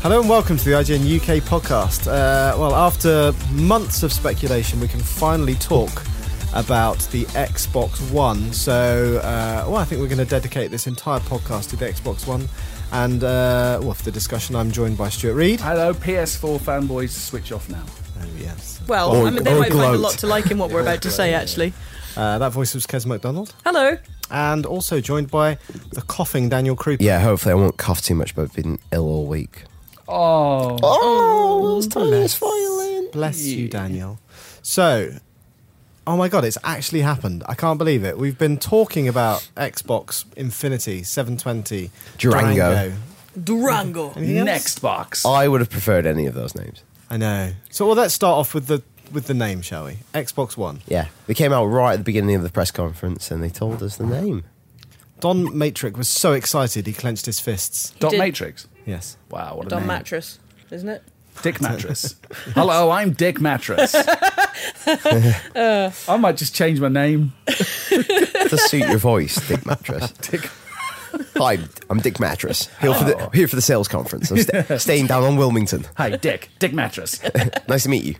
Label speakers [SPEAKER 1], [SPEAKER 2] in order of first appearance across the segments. [SPEAKER 1] Hello and welcome to the IGN UK podcast. Uh, well, after months of speculation, we can finally talk about the Xbox One. So, uh, well, I think we're going to dedicate this entire podcast to the Xbox One. And uh, well, for the discussion, I'm joined by Stuart Reed.
[SPEAKER 2] Hello, PS4 fanboys, switch off now.
[SPEAKER 1] Oh, yes.
[SPEAKER 3] Well,
[SPEAKER 1] Or-
[SPEAKER 3] I mean, they
[SPEAKER 1] or
[SPEAKER 3] might find a
[SPEAKER 1] gloat.
[SPEAKER 3] lot to like in what we're about to say, actually.
[SPEAKER 1] Uh, that voice was Kes MacDonald.
[SPEAKER 3] Hello.
[SPEAKER 1] And also joined by the coughing Daniel Cooper.
[SPEAKER 4] Yeah, hopefully I won't cough too much, but I've been ill all week.
[SPEAKER 2] Oh,
[SPEAKER 4] Oh, it's
[SPEAKER 1] bless.
[SPEAKER 4] violin.
[SPEAKER 1] Bless you, Daniel. So, oh my God, it's actually happened. I can't believe it. We've been talking about Xbox Infinity 720
[SPEAKER 4] Durango.
[SPEAKER 3] Durango.
[SPEAKER 1] Anything else?
[SPEAKER 2] next box.
[SPEAKER 4] I would have preferred any of those names.
[SPEAKER 1] I know. So, well, let's start off with the with the name, shall we? Xbox One.
[SPEAKER 4] Yeah, they came out right at the beginning of the press conference and they told us the name.
[SPEAKER 1] Don Matrick was so excited he clenched his fists.
[SPEAKER 2] Dot
[SPEAKER 3] did-
[SPEAKER 2] Matrix.
[SPEAKER 1] Yes.
[SPEAKER 2] Wow, what a
[SPEAKER 3] Don
[SPEAKER 2] name.
[SPEAKER 3] Mattress, isn't it?
[SPEAKER 2] Dick Mattress. Hello, I'm Dick Mattress. I might just change my name.
[SPEAKER 4] To suit your voice, Dick Mattress.
[SPEAKER 2] Dick.
[SPEAKER 4] Hi, I'm Dick Mattress. Here for
[SPEAKER 2] Oh.
[SPEAKER 4] the here for the sales conference. I'm sta- staying down on Wilmington.
[SPEAKER 2] Hi, Dick. Dick Mattress.
[SPEAKER 4] Nice to meet you.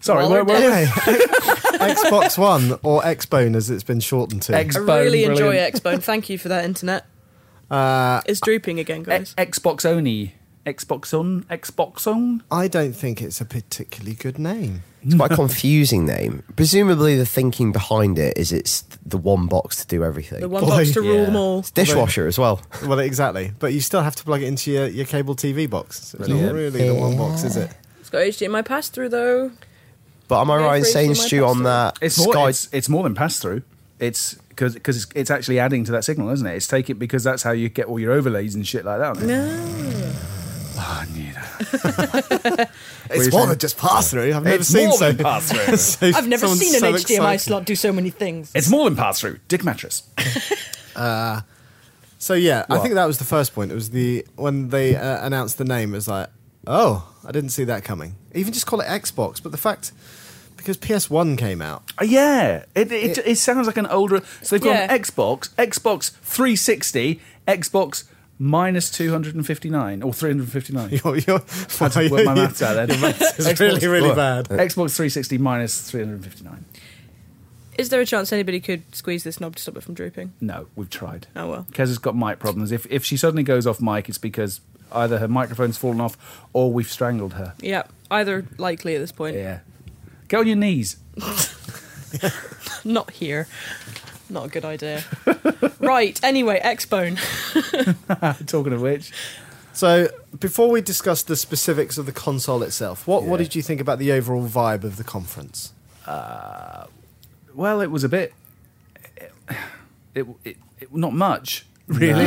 [SPEAKER 2] Sorry,
[SPEAKER 3] Well,
[SPEAKER 2] where were
[SPEAKER 1] Anyway, Xbox One or Xbone as it's been shortened to.
[SPEAKER 2] X-
[SPEAKER 3] I
[SPEAKER 2] Xbone,
[SPEAKER 3] really enjoy
[SPEAKER 2] brilliant.
[SPEAKER 3] Xbone. Thank you for that, internet.
[SPEAKER 1] uh,
[SPEAKER 3] It's drooping again,
[SPEAKER 2] we?
[SPEAKER 3] guys.
[SPEAKER 2] Xbox Oni. Xbox On. Xbox On.
[SPEAKER 1] I don't think it's a particularly good name.
[SPEAKER 4] It's quite a confusing name. Presumably, the thinking behind it is it's the one box to do everything.
[SPEAKER 3] The one
[SPEAKER 1] boy,
[SPEAKER 3] box to rule
[SPEAKER 2] yeah.
[SPEAKER 3] them all.
[SPEAKER 4] It's dishwasher as well.
[SPEAKER 1] Well, exactly. But you still have to plug it into your, your cable TV box. So it's
[SPEAKER 4] Yeah.
[SPEAKER 1] not really the one box, is it?
[SPEAKER 3] It's got HDMI pass through, though.
[SPEAKER 4] But am I
[SPEAKER 3] Yeah,
[SPEAKER 4] right in
[SPEAKER 3] free
[SPEAKER 4] saying,
[SPEAKER 3] for my
[SPEAKER 4] Stu,
[SPEAKER 3] pasta.
[SPEAKER 4] on that
[SPEAKER 2] It's more, it's, it's more than pass through. It's because it's, it's actually adding to that signal, isn't it? It's taking because that's how you get all your overlays and shit like that. on it. Oh, I knew that.
[SPEAKER 1] It's more than just pass through. I've never
[SPEAKER 2] It's
[SPEAKER 1] seen
[SPEAKER 2] more
[SPEAKER 1] so.
[SPEAKER 2] than pass through.
[SPEAKER 1] so
[SPEAKER 3] I've never
[SPEAKER 1] someone
[SPEAKER 3] seen an
[SPEAKER 1] so
[SPEAKER 3] HDMI
[SPEAKER 1] excited.
[SPEAKER 3] slot do so many things.
[SPEAKER 2] It's more than pass through. Dick mattress.
[SPEAKER 1] So yeah, I
[SPEAKER 2] What?
[SPEAKER 1] think that was the first point. It was the when they uh, announced the name, it was like, oh, I didn't see that coming. Even just call it Xbox, but the fact because PS One came out,
[SPEAKER 2] Uh, Yeah, it, it, it, sounds like an older. So they've
[SPEAKER 3] Yeah.
[SPEAKER 2] got an Xbox, Xbox 360, Xbox minus 259 or 359.
[SPEAKER 1] you're, you're,
[SPEAKER 2] Had to work my maths out then.
[SPEAKER 1] it's really really
[SPEAKER 4] Look.
[SPEAKER 1] bad.
[SPEAKER 2] Xbox 360 minus 359.
[SPEAKER 3] Is there a chance anybody could squeeze this knob to stop it from drooping?
[SPEAKER 2] No, we've tried.
[SPEAKER 3] Oh, well.
[SPEAKER 2] Kez has got mic problems. If if she suddenly goes off mic, it's because either her microphone's fallen off or we've strangled her.
[SPEAKER 3] Yeah, either likely at this point.
[SPEAKER 2] Yeah. Get on your knees.
[SPEAKER 3] Not here. Not a good idea. right, anyway, Xbone.
[SPEAKER 2] Talking of which,
[SPEAKER 1] So before we discuss the specifics of the console itself, what what
[SPEAKER 2] Yeah.
[SPEAKER 1] did you think about the overall vibe of the conference?
[SPEAKER 2] well, it was a bit. It, it, it not much really.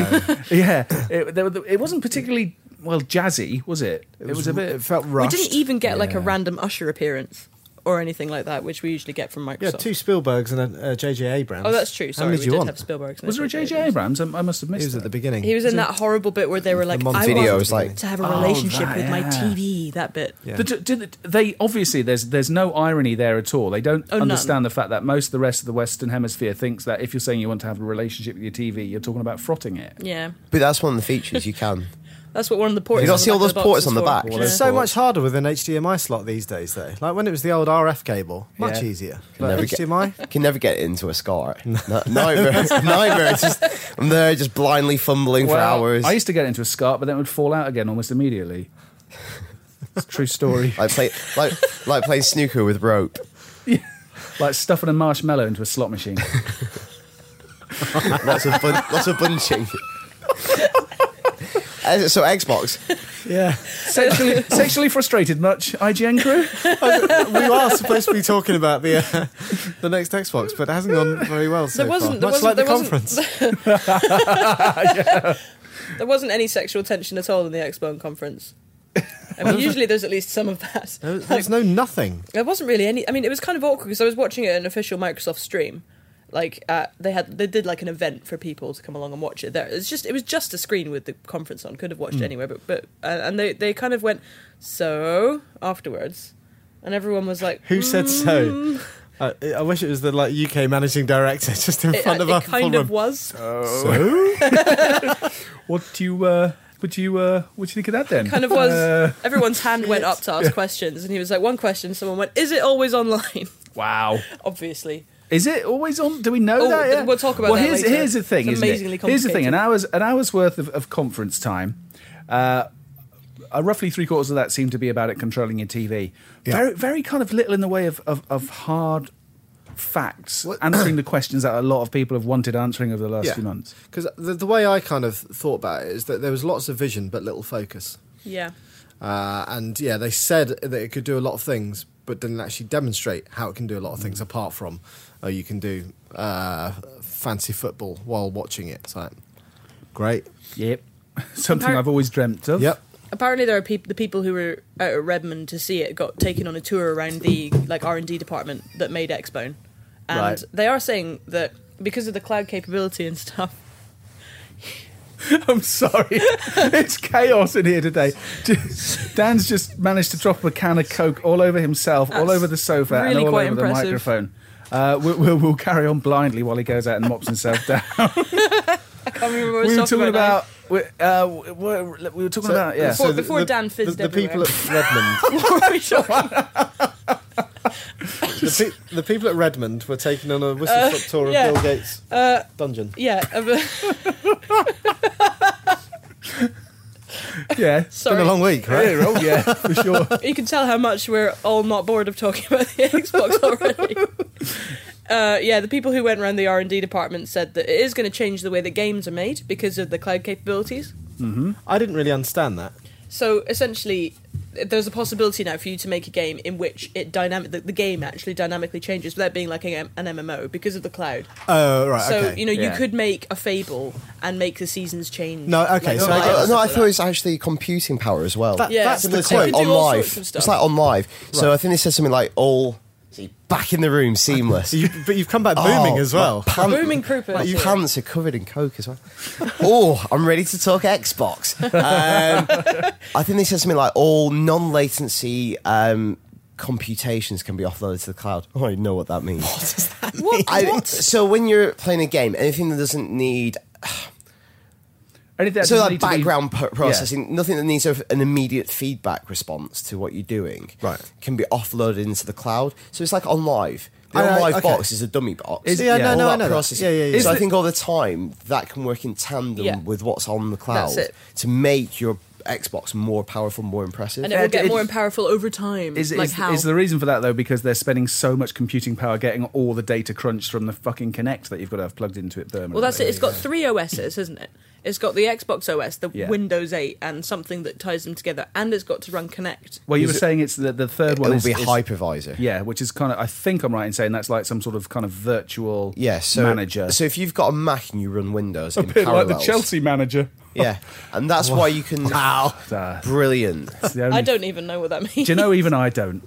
[SPEAKER 2] yeah, it, there, were- it wasn't particularly well jazzy, was it? It was, a bit.
[SPEAKER 1] It felt rushed.
[SPEAKER 3] We didn't even get like a
[SPEAKER 2] Yeah.
[SPEAKER 3] random Usher appearance or anything like that, which we usually get from Microsoft.
[SPEAKER 1] yeah, two Spielbergs and a uh, JJ Abrams.
[SPEAKER 3] Oh, that's true.
[SPEAKER 1] How
[SPEAKER 3] Sorry,
[SPEAKER 1] many
[SPEAKER 3] we
[SPEAKER 1] did
[SPEAKER 3] did
[SPEAKER 1] you want?
[SPEAKER 3] have Spielberg's.
[SPEAKER 2] was there a JJ Abrams? I, I must have
[SPEAKER 1] He
[SPEAKER 2] missed
[SPEAKER 1] was at
[SPEAKER 2] that.
[SPEAKER 1] the beginning.
[SPEAKER 3] He was in that horrible bit where they were like,
[SPEAKER 1] Monty
[SPEAKER 3] "I
[SPEAKER 4] video
[SPEAKER 3] want
[SPEAKER 4] was like,
[SPEAKER 3] to have a
[SPEAKER 2] Oh,
[SPEAKER 3] relationship
[SPEAKER 2] that,
[SPEAKER 3] with my
[SPEAKER 2] yeah.
[SPEAKER 3] TV." That bit.
[SPEAKER 1] Yeah.
[SPEAKER 2] The- did- they obviously there's there's no irony there at all. They don't
[SPEAKER 3] Oh, none.
[SPEAKER 2] understand the fact that most of the rest of the Western Hemisphere thinks that if you're saying you want to have a relationship with your TV, you're talking about frotting it.
[SPEAKER 3] Yeah,
[SPEAKER 4] But that's one of the features you can.
[SPEAKER 3] that's what one of the ports.
[SPEAKER 4] You don't
[SPEAKER 3] on the
[SPEAKER 4] see all
[SPEAKER 3] back of
[SPEAKER 4] those
[SPEAKER 3] the box
[SPEAKER 4] ports
[SPEAKER 3] is
[SPEAKER 4] on the
[SPEAKER 3] for.
[SPEAKER 4] back.
[SPEAKER 3] Yeah.
[SPEAKER 4] Well,
[SPEAKER 1] It's so much harder with an HDMI slot these days, though. Like when it was the old RF cable, much
[SPEAKER 2] Yeah.
[SPEAKER 1] easier.
[SPEAKER 4] Can
[SPEAKER 1] But
[SPEAKER 4] never get-
[SPEAKER 1] HDMI,
[SPEAKER 4] can never get into a scar. No, nightmare. nightmare. It's just, I'm there just blindly fumbling for
[SPEAKER 2] Well,
[SPEAKER 4] hours.
[SPEAKER 2] I
[SPEAKER 4] I,
[SPEAKER 2] used to get into a scarf, but then it would fall out again almost immediately. It's a true story.
[SPEAKER 4] like, play, like, like playing snooker with rope.
[SPEAKER 2] like stuffing a marshmallow into a slot machine.
[SPEAKER 4] Lots of, bun- lots of bunching. Uh, so Xbox,
[SPEAKER 2] Yeah. Sexually, sexually frustrated much, IGN crew?
[SPEAKER 1] we are supposed to be talking about the uh, the next Xbox, but it hasn't gone very well so
[SPEAKER 3] There wasn't-
[SPEAKER 1] far.
[SPEAKER 3] there
[SPEAKER 1] Much
[SPEAKER 3] wasn't-
[SPEAKER 1] like the
[SPEAKER 3] there wasn't-
[SPEAKER 1] conference.
[SPEAKER 3] There wasn't any sexual tension at all in the Xbox conference. I mean, usually there's at least some of that.
[SPEAKER 1] There was-
[SPEAKER 3] Like,
[SPEAKER 1] There's no nothing.
[SPEAKER 3] There wasn't really any. I mean, it was kind of awkward because I was watching it at an official Microsoft stream. Like uh, they had, they did like an event for people to come along and watch it. There, it's just it was just a screen with the conference on. Could have
[SPEAKER 1] Hmm.
[SPEAKER 3] watched it anywhere, but but uh, and they they kind of went so afterwards, and everyone was like,
[SPEAKER 1] Who said so?
[SPEAKER 3] Mm.
[SPEAKER 1] I, I wish it was the like UK managing director just in
[SPEAKER 3] It,
[SPEAKER 1] front
[SPEAKER 3] uh,
[SPEAKER 1] of
[SPEAKER 3] it
[SPEAKER 1] us. Uh,
[SPEAKER 3] kind of was
[SPEAKER 1] So?
[SPEAKER 2] What do you uh, what do you uh, what do you think of that then?
[SPEAKER 3] kind of was.
[SPEAKER 2] Uh,
[SPEAKER 3] everyone's hand went up to ask questions, and he was like, one question. Someone went, "Is it always online?"
[SPEAKER 2] wow.
[SPEAKER 3] Obviously,
[SPEAKER 2] Is it always on? Do we know
[SPEAKER 3] Oh,
[SPEAKER 2] that?
[SPEAKER 3] th-
[SPEAKER 2] yet?
[SPEAKER 3] we'll talk about
[SPEAKER 2] well,
[SPEAKER 3] that
[SPEAKER 2] here's,
[SPEAKER 3] later.
[SPEAKER 2] here's the thing.
[SPEAKER 3] It's
[SPEAKER 2] isn't it?
[SPEAKER 3] amazingly
[SPEAKER 2] Here's the thing. An
[SPEAKER 3] complicated.
[SPEAKER 2] hour's an hour's worth of, of conference time. Uh, uh, roughly three quarters of that seemed to be about it controlling your TV. Very, very kind of little in the way of of, of hard facts, answering the questions that a lot of people have wanted answering over the last few months.
[SPEAKER 1] Because the, the way I kind of thought about it is that there was lots of vision but little focus.
[SPEAKER 3] yeah.
[SPEAKER 1] Uh, and yeah, they said that it could do a lot of things, but didn't actually demonstrate how it can do a lot of things apart from oh, you can do uh, fancy football while watching it. It's like, great.
[SPEAKER 2] Yep, something
[SPEAKER 3] Compar-
[SPEAKER 2] I've always dredreamt of.
[SPEAKER 1] Yep.
[SPEAKER 3] apparently there are peop the people who were out at Redmond to see it got taken on a tour around the like R and D department that made Xbone, and
[SPEAKER 1] Right.
[SPEAKER 3] they are saying that because of the cloud capability and stuff. I'm
[SPEAKER 2] Sorry, it's chaos in here today. Just- Dan's just managed to drop a can of Coke all over himself, all
[SPEAKER 3] That's
[SPEAKER 2] over the sofa, and
[SPEAKER 3] really
[SPEAKER 2] all over
[SPEAKER 3] quite
[SPEAKER 2] the
[SPEAKER 3] impressive.
[SPEAKER 2] microphone. Uh, we'll, we'll, we'll carry on blindly while he goes out and mops himself down.
[SPEAKER 3] can't remember
[SPEAKER 2] we
[SPEAKER 3] what I
[SPEAKER 2] were
[SPEAKER 3] was
[SPEAKER 2] talking
[SPEAKER 3] now.
[SPEAKER 2] about. we- uh, we were we were talking about yeah.
[SPEAKER 3] so- Before- before Dan fizzed
[SPEAKER 1] the, the people
[SPEAKER 3] everywhere.
[SPEAKER 1] at Redmond.
[SPEAKER 3] What were we talking-
[SPEAKER 1] the, pe- the people at Redmond were taking on a whistle stop tour of
[SPEAKER 3] Uh, yeah.
[SPEAKER 1] Bill Gates'
[SPEAKER 3] uh,
[SPEAKER 1] dungeon.
[SPEAKER 3] yeah, uh,
[SPEAKER 2] yeah.
[SPEAKER 1] Been a
[SPEAKER 3] sorry.
[SPEAKER 1] long week, right?
[SPEAKER 2] Yeah, oh yeah, for sure.
[SPEAKER 3] You can tell how much we're all not bored of talking about the Xbox already. Uh, yeah, the people who went around the R and D department said that it is going to change the way that games are made because of the cloud capabilities.
[SPEAKER 1] I didn't really understand that.
[SPEAKER 3] So essentially, there's a possibility now for you to make a game in which it dynamic the, the game actually dynamically changes without being like a, an MMO because of the cloud.
[SPEAKER 1] Oh, right.
[SPEAKER 3] so
[SPEAKER 1] okay.
[SPEAKER 3] you know
[SPEAKER 2] yeah.
[SPEAKER 3] you could make a Fable and make the seasons change.
[SPEAKER 1] No, uh, okay, so I
[SPEAKER 3] online
[SPEAKER 1] get- Yeah.
[SPEAKER 3] and
[SPEAKER 4] no, I
[SPEAKER 3] stuff like
[SPEAKER 4] thought it's actually computing power as well.
[SPEAKER 1] That-
[SPEAKER 3] Yeah.
[SPEAKER 1] That's
[SPEAKER 4] Similar
[SPEAKER 1] the
[SPEAKER 4] to
[SPEAKER 3] You
[SPEAKER 1] quote.
[SPEAKER 3] could do
[SPEAKER 4] on
[SPEAKER 3] all
[SPEAKER 4] live.
[SPEAKER 3] sorts of stuff.
[SPEAKER 4] It's like on live. So I think they said something like all back in the room, seamless.
[SPEAKER 1] So you, but you've come back booming
[SPEAKER 4] Oh,
[SPEAKER 1] as well.
[SPEAKER 4] my pant-
[SPEAKER 3] Booming Krupa.
[SPEAKER 4] My pants are covered in coke as well. oh, I'm ready to talk Xbox. Um, I think they said something like all non-latency um, computations can be offloaded to the cloud. Oh, I know what that means. What does that mean? so when you're playing a game, anything that doesn't need
[SPEAKER 2] Anything that
[SPEAKER 4] so
[SPEAKER 2] doesn't
[SPEAKER 4] like
[SPEAKER 2] need to be-
[SPEAKER 4] background pro- processing, nothing that needs a- an immediate feedback response to what you're doing,
[SPEAKER 1] Right.
[SPEAKER 4] can be offloaded into the cloud. So it's like on live. The
[SPEAKER 1] I- I-
[SPEAKER 4] on live
[SPEAKER 1] okay.
[SPEAKER 4] box is a dummy box.
[SPEAKER 1] Is- yeah,
[SPEAKER 4] All
[SPEAKER 1] no, no, I
[SPEAKER 4] that
[SPEAKER 1] know that.
[SPEAKER 4] processing.
[SPEAKER 1] Yeah, yeah, yeah.
[SPEAKER 4] So
[SPEAKER 1] Is
[SPEAKER 4] I think all the time that can work in tandem
[SPEAKER 3] Yeah.
[SPEAKER 4] with what's on the cloud
[SPEAKER 3] That's it.
[SPEAKER 4] to make your Xbox more powerful, more impressive.
[SPEAKER 3] that. and it will get
[SPEAKER 2] it-
[SPEAKER 3] more powerful over time.
[SPEAKER 2] Is,
[SPEAKER 3] like
[SPEAKER 2] is,
[SPEAKER 3] how?
[SPEAKER 2] is the reason for that though because they're spending so much computing power getting all the data crunched from the fucking Connect that you've got to have plugged into it permanently.
[SPEAKER 3] well, that's it. It's got three OSs, isn't it? It's got the Xbox OS, the
[SPEAKER 2] Yeah.
[SPEAKER 3] Windows 8, and something that ties them together, and it's got to run Connect.
[SPEAKER 2] Well, you
[SPEAKER 4] Is
[SPEAKER 2] were
[SPEAKER 4] it-
[SPEAKER 2] saying it's the, the third
[SPEAKER 4] it
[SPEAKER 2] one.
[SPEAKER 4] will
[SPEAKER 2] is-
[SPEAKER 4] be a
[SPEAKER 2] is-
[SPEAKER 4] hypervisor.
[SPEAKER 2] Yeah, which is kind of. I think I'm right in saying that's like some sort of kind of virtual
[SPEAKER 4] Yeah, so
[SPEAKER 2] manager.
[SPEAKER 4] So if you've got a Mac and you run Windows,
[SPEAKER 2] a
[SPEAKER 4] in
[SPEAKER 2] bit like the
[SPEAKER 4] parallels-
[SPEAKER 2] Chelsea manager.
[SPEAKER 4] Yeah, and that's why you can. Wow,
[SPEAKER 2] Uh,
[SPEAKER 4] brilliant.
[SPEAKER 2] it's the only-
[SPEAKER 3] I don't even know what that means.
[SPEAKER 2] um, Do you know? Even I don't.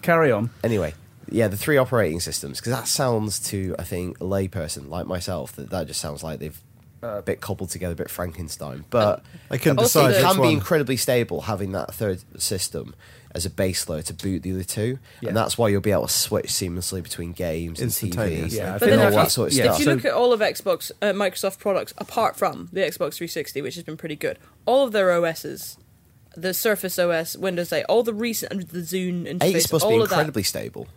[SPEAKER 2] Carry on.
[SPEAKER 4] anyway yeah the three operating systems because that sounds to i think a layperson like myself that that just sounds like they've uh, a bit cobbled together a bit frankenstein but
[SPEAKER 1] I couldn't
[SPEAKER 3] Also
[SPEAKER 1] decide
[SPEAKER 4] it
[SPEAKER 3] the-
[SPEAKER 1] which
[SPEAKER 4] can be
[SPEAKER 1] one.
[SPEAKER 4] incredibly stable having that third system as a base load to boot the other two
[SPEAKER 2] Yeah.
[SPEAKER 4] and that's why you'll be able to switch seamlessly between games and tv
[SPEAKER 1] Instantaneously.
[SPEAKER 2] Yeah, I
[SPEAKER 3] But
[SPEAKER 4] and
[SPEAKER 2] think
[SPEAKER 3] then
[SPEAKER 4] all
[SPEAKER 3] if
[SPEAKER 4] that
[SPEAKER 3] you,
[SPEAKER 4] sort of
[SPEAKER 2] yeah.
[SPEAKER 4] stuff
[SPEAKER 3] if you
[SPEAKER 2] So-
[SPEAKER 3] look at all of Xbox, uh, Microsoft products, apart from the Xbox 360, which has been pretty good, all of their OSs, the Surface OS, Windows 8, all the recent and the Zune interface,
[SPEAKER 4] eight's supposed
[SPEAKER 3] all
[SPEAKER 4] to be
[SPEAKER 3] of
[SPEAKER 4] incredibly stable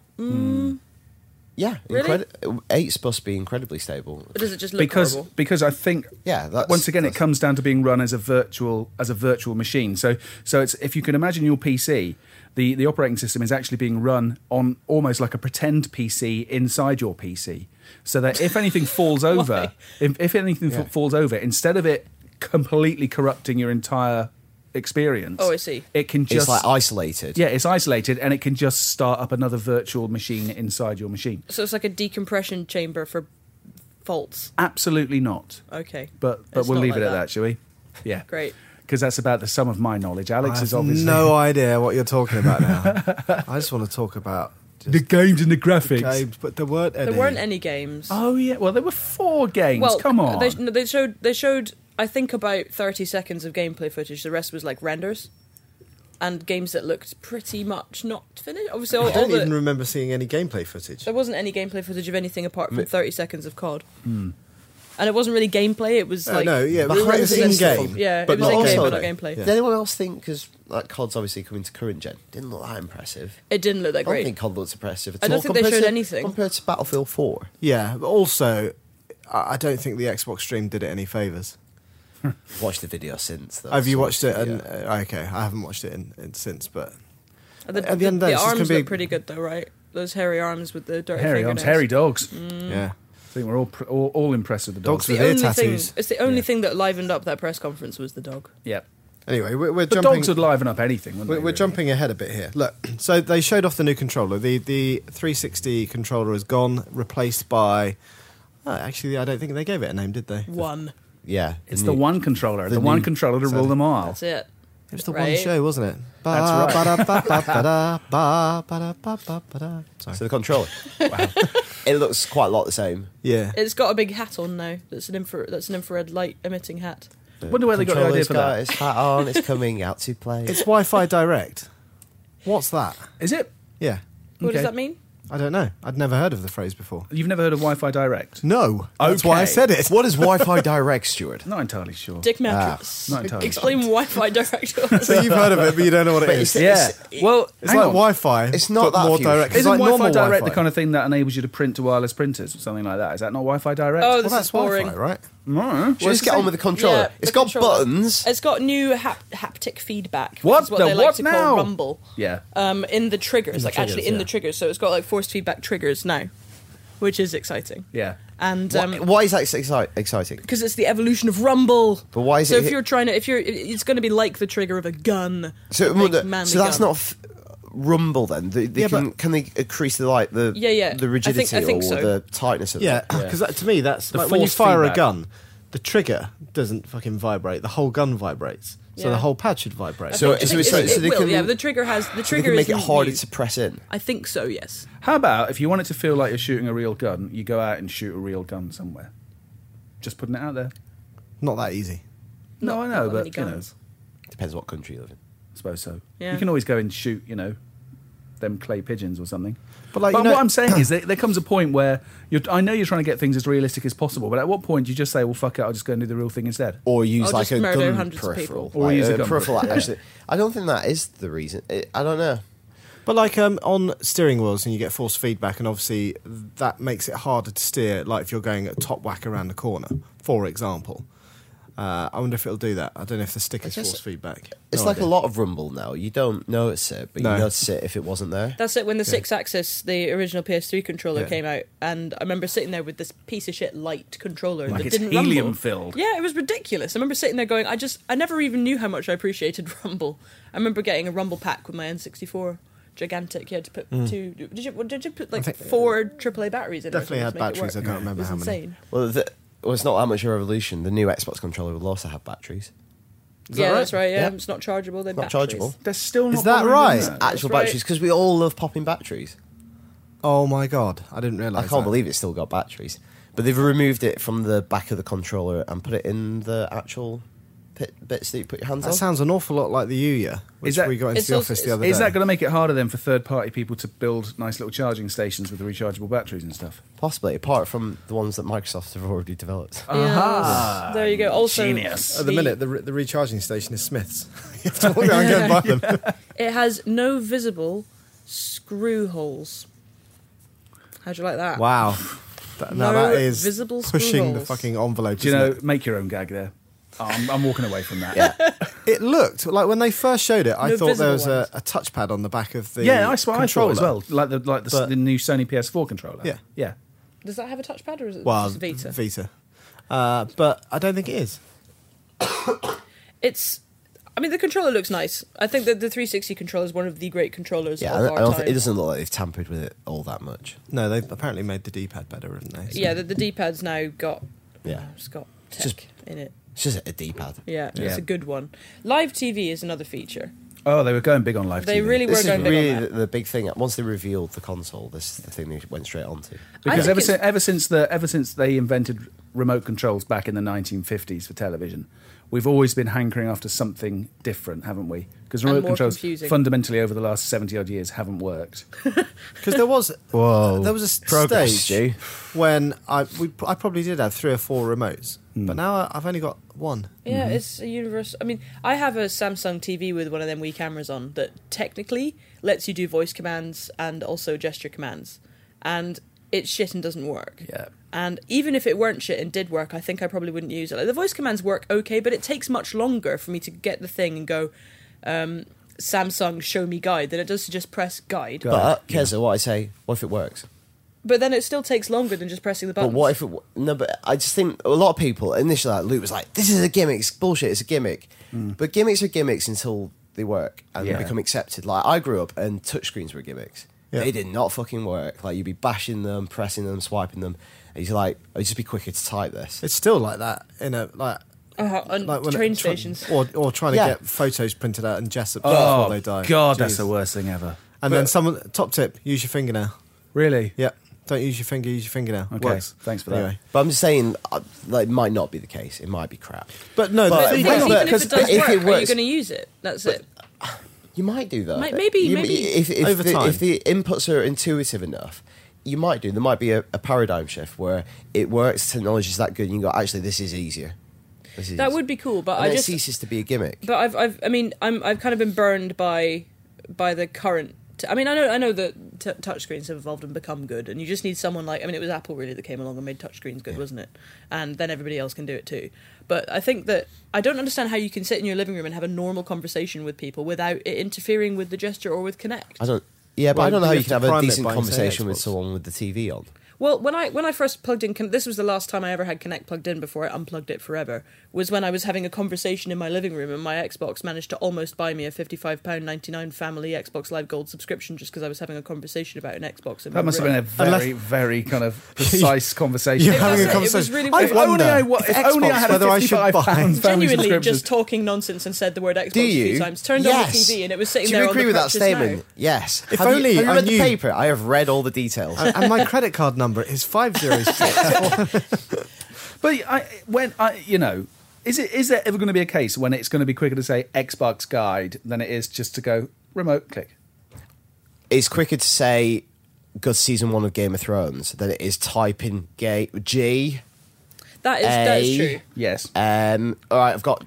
[SPEAKER 4] yeah
[SPEAKER 3] Really?
[SPEAKER 4] incredi- eight's supposed to be incredibly stable
[SPEAKER 3] that. But does it just look
[SPEAKER 2] because
[SPEAKER 3] horrible?
[SPEAKER 2] because I think
[SPEAKER 4] Yeah, that's-
[SPEAKER 2] once again it
[SPEAKER 4] that's-
[SPEAKER 2] comes down to being run as a virtual as a virtual machine. So so it's if you can imagine your PC, the the operating system is actually being run on almost like a pretend PC inside your PC, so that if anything falls over, if, if anything fa- falls over, instead of it completely corrupting your entire experience,
[SPEAKER 3] Oh, I see.
[SPEAKER 2] It can just
[SPEAKER 4] it's like isolated
[SPEAKER 2] yeah, it's isolated and it can just start up another virtual machine inside your machine.
[SPEAKER 3] So it's like a decompression chamber for faults.
[SPEAKER 2] Absolutely not.
[SPEAKER 3] Okay.
[SPEAKER 2] But but
[SPEAKER 3] It's
[SPEAKER 2] we'll
[SPEAKER 3] not
[SPEAKER 2] leave
[SPEAKER 3] like
[SPEAKER 2] it at
[SPEAKER 3] that.
[SPEAKER 2] that, shall we? Yeah.
[SPEAKER 3] Great.
[SPEAKER 2] Because that's about the sum of my knowledge.
[SPEAKER 1] I
[SPEAKER 2] Alex
[SPEAKER 1] have
[SPEAKER 2] is obviously
[SPEAKER 1] no idea what you're talking about now. I just want to talk about just
[SPEAKER 2] the games and the graphics.
[SPEAKER 1] games, but there weren't any.
[SPEAKER 3] There weren't any games.
[SPEAKER 2] Oh yeah. Well, there were four games.
[SPEAKER 3] well,
[SPEAKER 2] Come on.
[SPEAKER 3] They, no, they showed they showed I think about thirty seconds of gameplay footage. The rest was like renders and games that looked pretty much not finished. Obviously, all,
[SPEAKER 1] I don't
[SPEAKER 3] all the-
[SPEAKER 1] even remember seeing any gameplay footage.
[SPEAKER 3] there wasn't any gameplay footage of anything apart from thirty seconds of COD. And it wasn't really gameplay. It was
[SPEAKER 1] Oh,
[SPEAKER 3] like
[SPEAKER 1] no, yeah, it
[SPEAKER 4] behind
[SPEAKER 1] was
[SPEAKER 4] the
[SPEAKER 1] in
[SPEAKER 4] scenes
[SPEAKER 1] game,
[SPEAKER 4] stuff.
[SPEAKER 3] Yeah, it
[SPEAKER 1] but
[SPEAKER 3] was
[SPEAKER 1] not
[SPEAKER 3] in-game,
[SPEAKER 1] gameplay.
[SPEAKER 3] but not gameplay.
[SPEAKER 4] Did anyone else think because like COD's obviously coming to current gen didn't look that impressive?
[SPEAKER 3] it didn't look that
[SPEAKER 4] I don't
[SPEAKER 3] great.
[SPEAKER 4] think COD looks impressive at
[SPEAKER 3] I don't
[SPEAKER 4] all
[SPEAKER 3] think they
[SPEAKER 4] compared
[SPEAKER 3] showed
[SPEAKER 4] to-
[SPEAKER 3] anything.
[SPEAKER 4] compared to Battlefield Four.
[SPEAKER 1] Yeah, but also, I I don't think the Xbox stream did it any favors.
[SPEAKER 4] Watched the video since. though,
[SPEAKER 1] Have you
[SPEAKER 4] so-
[SPEAKER 1] watched it? And,
[SPEAKER 4] yeah.
[SPEAKER 1] uh, okay, I haven't watched it in, in, since, but
[SPEAKER 3] the,
[SPEAKER 1] at the end of the day, it's just
[SPEAKER 3] arms
[SPEAKER 1] gonna be-
[SPEAKER 3] look pretty good though, right? Those hairy arms with the dirty
[SPEAKER 2] hairy arms,
[SPEAKER 3] fingernails.
[SPEAKER 2] hairy dogs.
[SPEAKER 3] Mm.
[SPEAKER 1] yeah,
[SPEAKER 2] I think we're all, pr- all all impressed with the
[SPEAKER 1] Dogs
[SPEAKER 2] dogs.
[SPEAKER 3] It's
[SPEAKER 1] with
[SPEAKER 3] the
[SPEAKER 1] ear
[SPEAKER 3] only
[SPEAKER 1] tattoos.
[SPEAKER 3] thing. It's the only thing that livened up that press conference was the dog.
[SPEAKER 2] Yeah.
[SPEAKER 1] Anyway, we're, we're
[SPEAKER 2] The
[SPEAKER 1] jumping.
[SPEAKER 2] dogs would liven up anything. Wouldn't
[SPEAKER 1] We're,
[SPEAKER 2] they,
[SPEAKER 1] we're
[SPEAKER 2] really?
[SPEAKER 1] jumping ahead a bit here. Look, so they showed off the new controller. The the 360 controller is gone, replaced by. Oh, actually, I don't think they gave it a name, did they?
[SPEAKER 3] One.
[SPEAKER 4] Yeah,
[SPEAKER 2] It's the one controller. The,
[SPEAKER 1] Mm. the
[SPEAKER 2] one
[SPEAKER 1] new-
[SPEAKER 2] controller to rule them all.
[SPEAKER 3] That's it.
[SPEAKER 1] It was the one
[SPEAKER 3] Right.
[SPEAKER 1] show, wasn't it?
[SPEAKER 2] That's right.
[SPEAKER 1] right.
[SPEAKER 4] So
[SPEAKER 1] Sorry.
[SPEAKER 4] the controller. It looks quite a lot the same.
[SPEAKER 1] Yeah.
[SPEAKER 3] It's got a big hat on now. That's an infrared. That's an infrared light emitting hat.
[SPEAKER 2] Wonder where they got the idea
[SPEAKER 4] Controller's
[SPEAKER 2] for
[SPEAKER 4] got
[SPEAKER 2] that.
[SPEAKER 4] Its hat on. It's coming out to play.
[SPEAKER 1] It's Wi Fi Direct. What's that?
[SPEAKER 2] Is it?
[SPEAKER 1] Yeah.
[SPEAKER 3] What does
[SPEAKER 2] Okay.
[SPEAKER 3] that mean?
[SPEAKER 1] I don't know. I'd never heard of the phrase before.
[SPEAKER 2] You've never heard of Wi-Fi Direct?
[SPEAKER 1] No. That's why I
[SPEAKER 2] Okay.
[SPEAKER 1] said it.
[SPEAKER 4] what is Wi-Fi Direct, Stuart?
[SPEAKER 2] Not entirely sure.
[SPEAKER 3] Dick mattress.
[SPEAKER 2] Ah, not entirely
[SPEAKER 3] Explain Wi-Fi director.
[SPEAKER 1] So you've heard of it, but you don't know what it
[SPEAKER 4] But
[SPEAKER 1] is.
[SPEAKER 4] it's-
[SPEAKER 2] yeah. well,
[SPEAKER 1] It's
[SPEAKER 2] hang
[SPEAKER 1] like
[SPEAKER 2] on.
[SPEAKER 1] Wi Fi.
[SPEAKER 4] It's not that
[SPEAKER 1] more
[SPEAKER 4] fusion.
[SPEAKER 1] direct. It's
[SPEAKER 2] Isn't
[SPEAKER 1] like
[SPEAKER 2] Wi-Fi
[SPEAKER 1] normal
[SPEAKER 2] Direct the
[SPEAKER 1] Wi-Fi.
[SPEAKER 2] kind of thing that enables you to print to wireless printers or something like that? Is that not Wi-Fi Direct?
[SPEAKER 3] Oh,
[SPEAKER 1] Well,
[SPEAKER 3] this
[SPEAKER 1] that's
[SPEAKER 3] is boring.
[SPEAKER 1] Wi-Fi, right?
[SPEAKER 2] no.
[SPEAKER 4] Well, let's get on with the controller.
[SPEAKER 3] Yeah,
[SPEAKER 4] it's
[SPEAKER 3] the
[SPEAKER 4] got
[SPEAKER 3] controller.
[SPEAKER 4] buttons.
[SPEAKER 3] It's got new hap- haptic feedback.
[SPEAKER 2] What
[SPEAKER 3] Which is what
[SPEAKER 2] the
[SPEAKER 3] they like
[SPEAKER 2] what
[SPEAKER 3] to
[SPEAKER 2] now?
[SPEAKER 3] call rumble.
[SPEAKER 2] Yeah.
[SPEAKER 3] Um, in the triggers, like
[SPEAKER 1] triggers,
[SPEAKER 3] actually in the
[SPEAKER 1] yeah.
[SPEAKER 3] triggers. So it's got like force feedback triggers now, which is exciting.
[SPEAKER 2] Yeah.
[SPEAKER 3] And
[SPEAKER 4] Why-
[SPEAKER 3] um,
[SPEAKER 4] why is that so exci- exciting?
[SPEAKER 3] because it's the evolution of rumble.
[SPEAKER 4] But why is
[SPEAKER 3] so
[SPEAKER 4] it
[SPEAKER 3] So
[SPEAKER 4] hi-
[SPEAKER 3] if you're trying to, if you're, it- it's going to be like the trigger of a gun.
[SPEAKER 4] So,
[SPEAKER 3] a big
[SPEAKER 4] so
[SPEAKER 3] manly
[SPEAKER 4] that's
[SPEAKER 3] gun.
[SPEAKER 4] not f- rumble then. They, they
[SPEAKER 1] Yeah,
[SPEAKER 4] can,
[SPEAKER 1] but-
[SPEAKER 4] can they increase the like the
[SPEAKER 3] Yeah, yeah.
[SPEAKER 4] the
[SPEAKER 3] I think- I
[SPEAKER 4] rigidity
[SPEAKER 3] think
[SPEAKER 4] or
[SPEAKER 3] so.
[SPEAKER 4] the tightness of
[SPEAKER 1] Yeah,
[SPEAKER 4] it?
[SPEAKER 1] because to me, that's
[SPEAKER 2] The
[SPEAKER 1] like when you
[SPEAKER 2] force
[SPEAKER 1] fire a
[SPEAKER 2] feedback.
[SPEAKER 1] gun, the trigger doesn't fucking vibrate. The whole gun vibrates, so
[SPEAKER 3] Yeah.
[SPEAKER 1] the whole pad should vibrate.
[SPEAKER 4] So-
[SPEAKER 3] I think it-
[SPEAKER 4] it's- so
[SPEAKER 3] it
[SPEAKER 4] they
[SPEAKER 3] will,
[SPEAKER 4] can-
[SPEAKER 3] yeah, the trigger has the
[SPEAKER 4] So they
[SPEAKER 3] trigger
[SPEAKER 4] can make
[SPEAKER 3] is
[SPEAKER 4] it harder
[SPEAKER 3] new.
[SPEAKER 4] to press in.
[SPEAKER 3] I think so. Yes.
[SPEAKER 2] How about if you want it to feel like you're shooting a real gun, you go out and shoot a real gun somewhere? Just putting it out there.
[SPEAKER 1] not that easy.
[SPEAKER 2] No,
[SPEAKER 3] Not-
[SPEAKER 2] I
[SPEAKER 3] not
[SPEAKER 2] know,
[SPEAKER 3] that
[SPEAKER 2] but
[SPEAKER 3] many
[SPEAKER 2] you know,
[SPEAKER 3] guns.
[SPEAKER 2] I
[SPEAKER 4] Depends what country you live in.
[SPEAKER 2] suppose so.
[SPEAKER 3] Yeah.
[SPEAKER 2] You can always go and shoot, you know, them clay pigeons or something.
[SPEAKER 1] But, like, you know-
[SPEAKER 2] what I'm saying is, there, there comes a point where you're, I know you're trying to get things as realistic as possible, but at what point do you just say, "Well, fuck it, I'll just go and do the real thing instead"?
[SPEAKER 4] Or use
[SPEAKER 3] I'll
[SPEAKER 4] like
[SPEAKER 3] just
[SPEAKER 4] a
[SPEAKER 3] murder
[SPEAKER 4] gun
[SPEAKER 3] hundreds of
[SPEAKER 4] peripheral.
[SPEAKER 2] people. Or
[SPEAKER 4] Like,
[SPEAKER 2] use a
[SPEAKER 4] uh,
[SPEAKER 2] gun
[SPEAKER 4] peripheral.
[SPEAKER 2] peripheral,
[SPEAKER 4] Actually, I don't think that is the reason. I I don't know.
[SPEAKER 1] But like um, on steering wheels, and you get force feedback, and obviously that makes it harder to steer. Like if you're going at top whack around the corner, for example. Uh, I wonder if it'll do that. I don't know if the stick is
[SPEAKER 4] guess-
[SPEAKER 1] force feedback.
[SPEAKER 4] It's
[SPEAKER 1] No
[SPEAKER 4] like
[SPEAKER 1] idea.
[SPEAKER 4] a lot of rumble now. You don't notice it, but
[SPEAKER 1] No.
[SPEAKER 4] you notice it if it wasn't there.
[SPEAKER 3] That's it. When the six-axis, the original PS3 controller
[SPEAKER 1] Yeah.
[SPEAKER 3] came out, and I remember sitting there with this piece of shit light controller
[SPEAKER 2] Like
[SPEAKER 3] that
[SPEAKER 2] it's
[SPEAKER 3] didn't rumble.
[SPEAKER 2] helium-filled.
[SPEAKER 3] Yeah, it was ridiculous. I remember sitting there going, I just, I never even knew how much I appreciated rumble. I remember getting a rumble pack with my N64. Gigantic. You had to put
[SPEAKER 2] Mm.
[SPEAKER 3] two. Did you? Did you put like four AAA batteries in? it or
[SPEAKER 1] Definitely
[SPEAKER 3] something to
[SPEAKER 1] had
[SPEAKER 3] make it work?
[SPEAKER 1] batteries, I can't remember
[SPEAKER 3] it was
[SPEAKER 1] how many.
[SPEAKER 3] Insane.
[SPEAKER 4] Well, the, well, it's not that much of a revolution. The new Xbox controller will also have batteries.
[SPEAKER 1] that
[SPEAKER 3] yeah,
[SPEAKER 1] right?
[SPEAKER 3] that's right. Yeah,
[SPEAKER 4] Yeah.
[SPEAKER 3] it's not chargeable. Then
[SPEAKER 4] Not
[SPEAKER 3] batteries.
[SPEAKER 4] chargeable.
[SPEAKER 2] They're still not
[SPEAKER 1] Is that
[SPEAKER 2] bothering
[SPEAKER 1] right?
[SPEAKER 2] doing that.
[SPEAKER 4] Actual
[SPEAKER 3] right.
[SPEAKER 4] batteries, because we all love popping batteries.
[SPEAKER 1] Oh my god, I didn't
[SPEAKER 4] I
[SPEAKER 1] realize.
[SPEAKER 4] can't believe it's still got batteries. But they've removed it from the back of the controller and put it in the actual pit, bits that you put your hands
[SPEAKER 1] that
[SPEAKER 4] on.
[SPEAKER 1] sounds an awful lot like the Yuya, which
[SPEAKER 2] that-
[SPEAKER 1] we got into
[SPEAKER 3] It's
[SPEAKER 1] the
[SPEAKER 3] also-
[SPEAKER 1] office the other day.
[SPEAKER 2] Is that going to make it harder then for third-party people to build nice little charging stations with the rechargeable batteries and stuff?
[SPEAKER 4] Possibly, apart from the ones that Microsoft have already developed.
[SPEAKER 3] Yes. There you go. Also,
[SPEAKER 2] Genius.
[SPEAKER 1] At the minute, the, re- the recharging station is Smith's. you have to walk around and buy them.
[SPEAKER 3] It has no visible screw holes. How'd you like that?
[SPEAKER 1] Wow. That, now
[SPEAKER 3] No
[SPEAKER 1] that is
[SPEAKER 3] visible screw
[SPEAKER 1] pushing the
[SPEAKER 3] holes.
[SPEAKER 1] fucking envelope.
[SPEAKER 2] Do you know?
[SPEAKER 1] isn't
[SPEAKER 2] Make your own gag there. Oh, I'm, I'm walking away from that.
[SPEAKER 1] it? it looked like when they first showed it, I
[SPEAKER 3] No
[SPEAKER 1] thought there
[SPEAKER 3] visible
[SPEAKER 1] was a,
[SPEAKER 3] ones.
[SPEAKER 1] a touchpad on the back of the
[SPEAKER 2] Yeah, that's what I thought
[SPEAKER 1] controller
[SPEAKER 2] as well. Like the like the, s
[SPEAKER 1] But-
[SPEAKER 2] the new Sony PS4 controller.
[SPEAKER 1] Yeah.
[SPEAKER 2] yeah.
[SPEAKER 3] Does that have a touchpad or is it
[SPEAKER 1] Well,
[SPEAKER 3] just Vita?
[SPEAKER 1] Vita, uh, but I don't think it is.
[SPEAKER 3] it's I mean, the controller looks nice. I think that the 360 controller is one of the great controllers
[SPEAKER 4] Yeah, I
[SPEAKER 3] of
[SPEAKER 4] don't,
[SPEAKER 3] our
[SPEAKER 4] I don't
[SPEAKER 3] time.
[SPEAKER 4] think, it doesn't look like they've tampered with it all that much.
[SPEAKER 1] No, they've apparently made the D-pad better, haven't they? So-
[SPEAKER 3] yeah, the, the D-pad's now got
[SPEAKER 4] Yeah,
[SPEAKER 3] it's got tech
[SPEAKER 4] Just-
[SPEAKER 3] in it.
[SPEAKER 4] it's just a D pad.
[SPEAKER 3] Yeah,
[SPEAKER 2] Yeah.
[SPEAKER 3] it's a good one. Live TV is another feature.
[SPEAKER 2] Oh, they were going big on live.
[SPEAKER 3] They
[SPEAKER 2] TV.
[SPEAKER 3] really were
[SPEAKER 4] This is
[SPEAKER 3] going big on
[SPEAKER 4] really
[SPEAKER 3] that.
[SPEAKER 4] the, the big thing. Once they revealed the console, this is the thing they went straight onto.
[SPEAKER 2] because
[SPEAKER 3] think
[SPEAKER 2] ever
[SPEAKER 3] it's-
[SPEAKER 2] since ever since the ever since they invented remote controls back in the 1950s for television, we've always been hankering after something different, haven't we? Because remote
[SPEAKER 3] more
[SPEAKER 2] controls
[SPEAKER 3] confusing.
[SPEAKER 2] fundamentally over the last 70 odd years haven't worked.
[SPEAKER 1] Because there was
[SPEAKER 4] Whoa.
[SPEAKER 1] there was a st-
[SPEAKER 4] Progress,
[SPEAKER 1] stage when I we, I probably did have three or four remotes, but now I- I've only got one.
[SPEAKER 3] Yeah,
[SPEAKER 4] Mm-hmm.
[SPEAKER 3] it's a universal. I mean, I have a Samsung TV with one of them Wii cameras on that technically lets you do voice commands and also gesture commands, and it's shit and doesn't work.
[SPEAKER 2] Yeah.
[SPEAKER 3] And even if it weren't shit and did work, I think I probably wouldn't use it. Like, the voice commands work okay, but it takes much longer for me to get the thing and go, um, Samsung, show me guide, than it does to just press guide.
[SPEAKER 4] but Keza, what I say, what if it works?
[SPEAKER 3] But then it still takes longer than just pressing the
[SPEAKER 4] But
[SPEAKER 3] button.
[SPEAKER 4] what if it? w- No, but I just think a lot of people initially, like Luke, was like, "This is a gimmick. It's bullshit. It's a gimmick." But gimmicks are gimmicks until they work and
[SPEAKER 2] Yeah.
[SPEAKER 4] become accepted. Like I grew up and touchscreens were gimmicks.
[SPEAKER 1] Yeah.
[SPEAKER 4] They did not fucking work. Like you'd be bashing them, pressing them, swiping them, and you're like, "I'd just be quicker to type this."
[SPEAKER 1] It's still like that in a like.
[SPEAKER 3] Uh, on
[SPEAKER 1] when
[SPEAKER 3] train
[SPEAKER 1] it- try-
[SPEAKER 3] stations.
[SPEAKER 1] or, or trying to
[SPEAKER 4] Yeah.
[SPEAKER 1] get photos printed out and Jessup before
[SPEAKER 2] oh
[SPEAKER 1] they die.
[SPEAKER 2] God, that's
[SPEAKER 1] Jeez.
[SPEAKER 2] the worst thing ever.
[SPEAKER 1] And then someone top tip: use your fingernail.
[SPEAKER 2] Really?
[SPEAKER 1] Yep, don't use your finger. Use your fingernail.
[SPEAKER 2] Okay,
[SPEAKER 1] Works.
[SPEAKER 2] thanks for that.
[SPEAKER 4] But I'm just saying, uh, like, it might not be the case. It might be crap.
[SPEAKER 1] But no,
[SPEAKER 4] But
[SPEAKER 3] But the
[SPEAKER 4] it
[SPEAKER 3] thing is,
[SPEAKER 4] works.
[SPEAKER 3] even if
[SPEAKER 1] because
[SPEAKER 3] it does
[SPEAKER 4] if
[SPEAKER 3] work,
[SPEAKER 4] it
[SPEAKER 3] are you
[SPEAKER 4] works-
[SPEAKER 3] going to use it? That's it.
[SPEAKER 4] You might do that.
[SPEAKER 3] May- maybe-
[SPEAKER 4] You-
[SPEAKER 3] maybe.
[SPEAKER 4] if, if
[SPEAKER 1] Over
[SPEAKER 4] the,
[SPEAKER 1] time.
[SPEAKER 4] if the inputs are intuitive enough, you might do. There might be a, a paradigm shift where it works. Technology is that good. And you can go, actually, this is easier. This is
[SPEAKER 3] That
[SPEAKER 4] easier."
[SPEAKER 3] would be cool, but
[SPEAKER 4] And
[SPEAKER 3] I
[SPEAKER 4] it
[SPEAKER 3] just
[SPEAKER 4] ceases to be a gimmick.
[SPEAKER 3] But I've, I've, I mean, I'm, I've kind of been burned by, by the current. T- I mean, I know, I know that t- touchscreens have evolved and become good, and you just need someone like. I mean, it was Apple really that came along and made touchscreens good, wasn't it? And then everybody else can do it too. But I think that I don't understand how you can sit in your living room and have a normal conversation with people without it interfering with the gesture or with Connect.
[SPEAKER 4] I don't. Yeah, but
[SPEAKER 1] Well,
[SPEAKER 4] I don't know
[SPEAKER 1] you
[SPEAKER 4] how
[SPEAKER 1] have
[SPEAKER 4] you
[SPEAKER 1] to
[SPEAKER 4] can have a
[SPEAKER 1] prime it
[SPEAKER 4] decent
[SPEAKER 1] by saying
[SPEAKER 4] conversation with
[SPEAKER 1] Xbox.
[SPEAKER 4] someone with the TV on.
[SPEAKER 3] Well, when I when I first plugged in, Con- this was the last time I ever had Connect plugged in before I unplugged it forever. Was when I was having a conversation in my living room, and my Xbox managed to almost buy me a fifty-five pound ninety-nine family Xbox Live Gold subscription just because I was having a conversation about an Xbox. In my
[SPEAKER 2] That must have
[SPEAKER 3] room.
[SPEAKER 2] been a very, very kind of precise conversation.
[SPEAKER 1] You're having
[SPEAKER 3] was-
[SPEAKER 1] a
[SPEAKER 3] it was
[SPEAKER 1] conversation.
[SPEAKER 3] really
[SPEAKER 1] I
[SPEAKER 3] weird.
[SPEAKER 2] If only
[SPEAKER 1] wonder
[SPEAKER 2] I, wa- if only I had a
[SPEAKER 1] whether I should
[SPEAKER 2] fifty-five pound
[SPEAKER 1] buy.
[SPEAKER 2] family
[SPEAKER 3] genuinely
[SPEAKER 2] subscription.
[SPEAKER 3] just talking nonsense and said the word Xbox
[SPEAKER 4] Do
[SPEAKER 3] a
[SPEAKER 4] you?
[SPEAKER 3] few times. Turned
[SPEAKER 4] yes.
[SPEAKER 3] on the TV and it was sitting
[SPEAKER 4] Do
[SPEAKER 3] there.
[SPEAKER 4] you agree
[SPEAKER 3] on the
[SPEAKER 4] with that
[SPEAKER 3] purchase
[SPEAKER 4] statement?
[SPEAKER 3] now.
[SPEAKER 4] Yes.
[SPEAKER 1] If
[SPEAKER 4] have
[SPEAKER 1] only
[SPEAKER 4] you, have you
[SPEAKER 1] I
[SPEAKER 4] read
[SPEAKER 1] knew- Uh,
[SPEAKER 4] the paper? I have read all the details.
[SPEAKER 1] and, and my credit card number is five zero six.
[SPEAKER 2] But I, when I, you know, is it is there ever going to be a case when it's going to be quicker to say Xbox Guide than it is just to go remote click?
[SPEAKER 4] it's quicker to say good season one of Game of Thrones than it is typing gay G.
[SPEAKER 3] That is that is
[SPEAKER 4] A-
[SPEAKER 3] true.
[SPEAKER 2] Yes.
[SPEAKER 4] Um, all right, I've got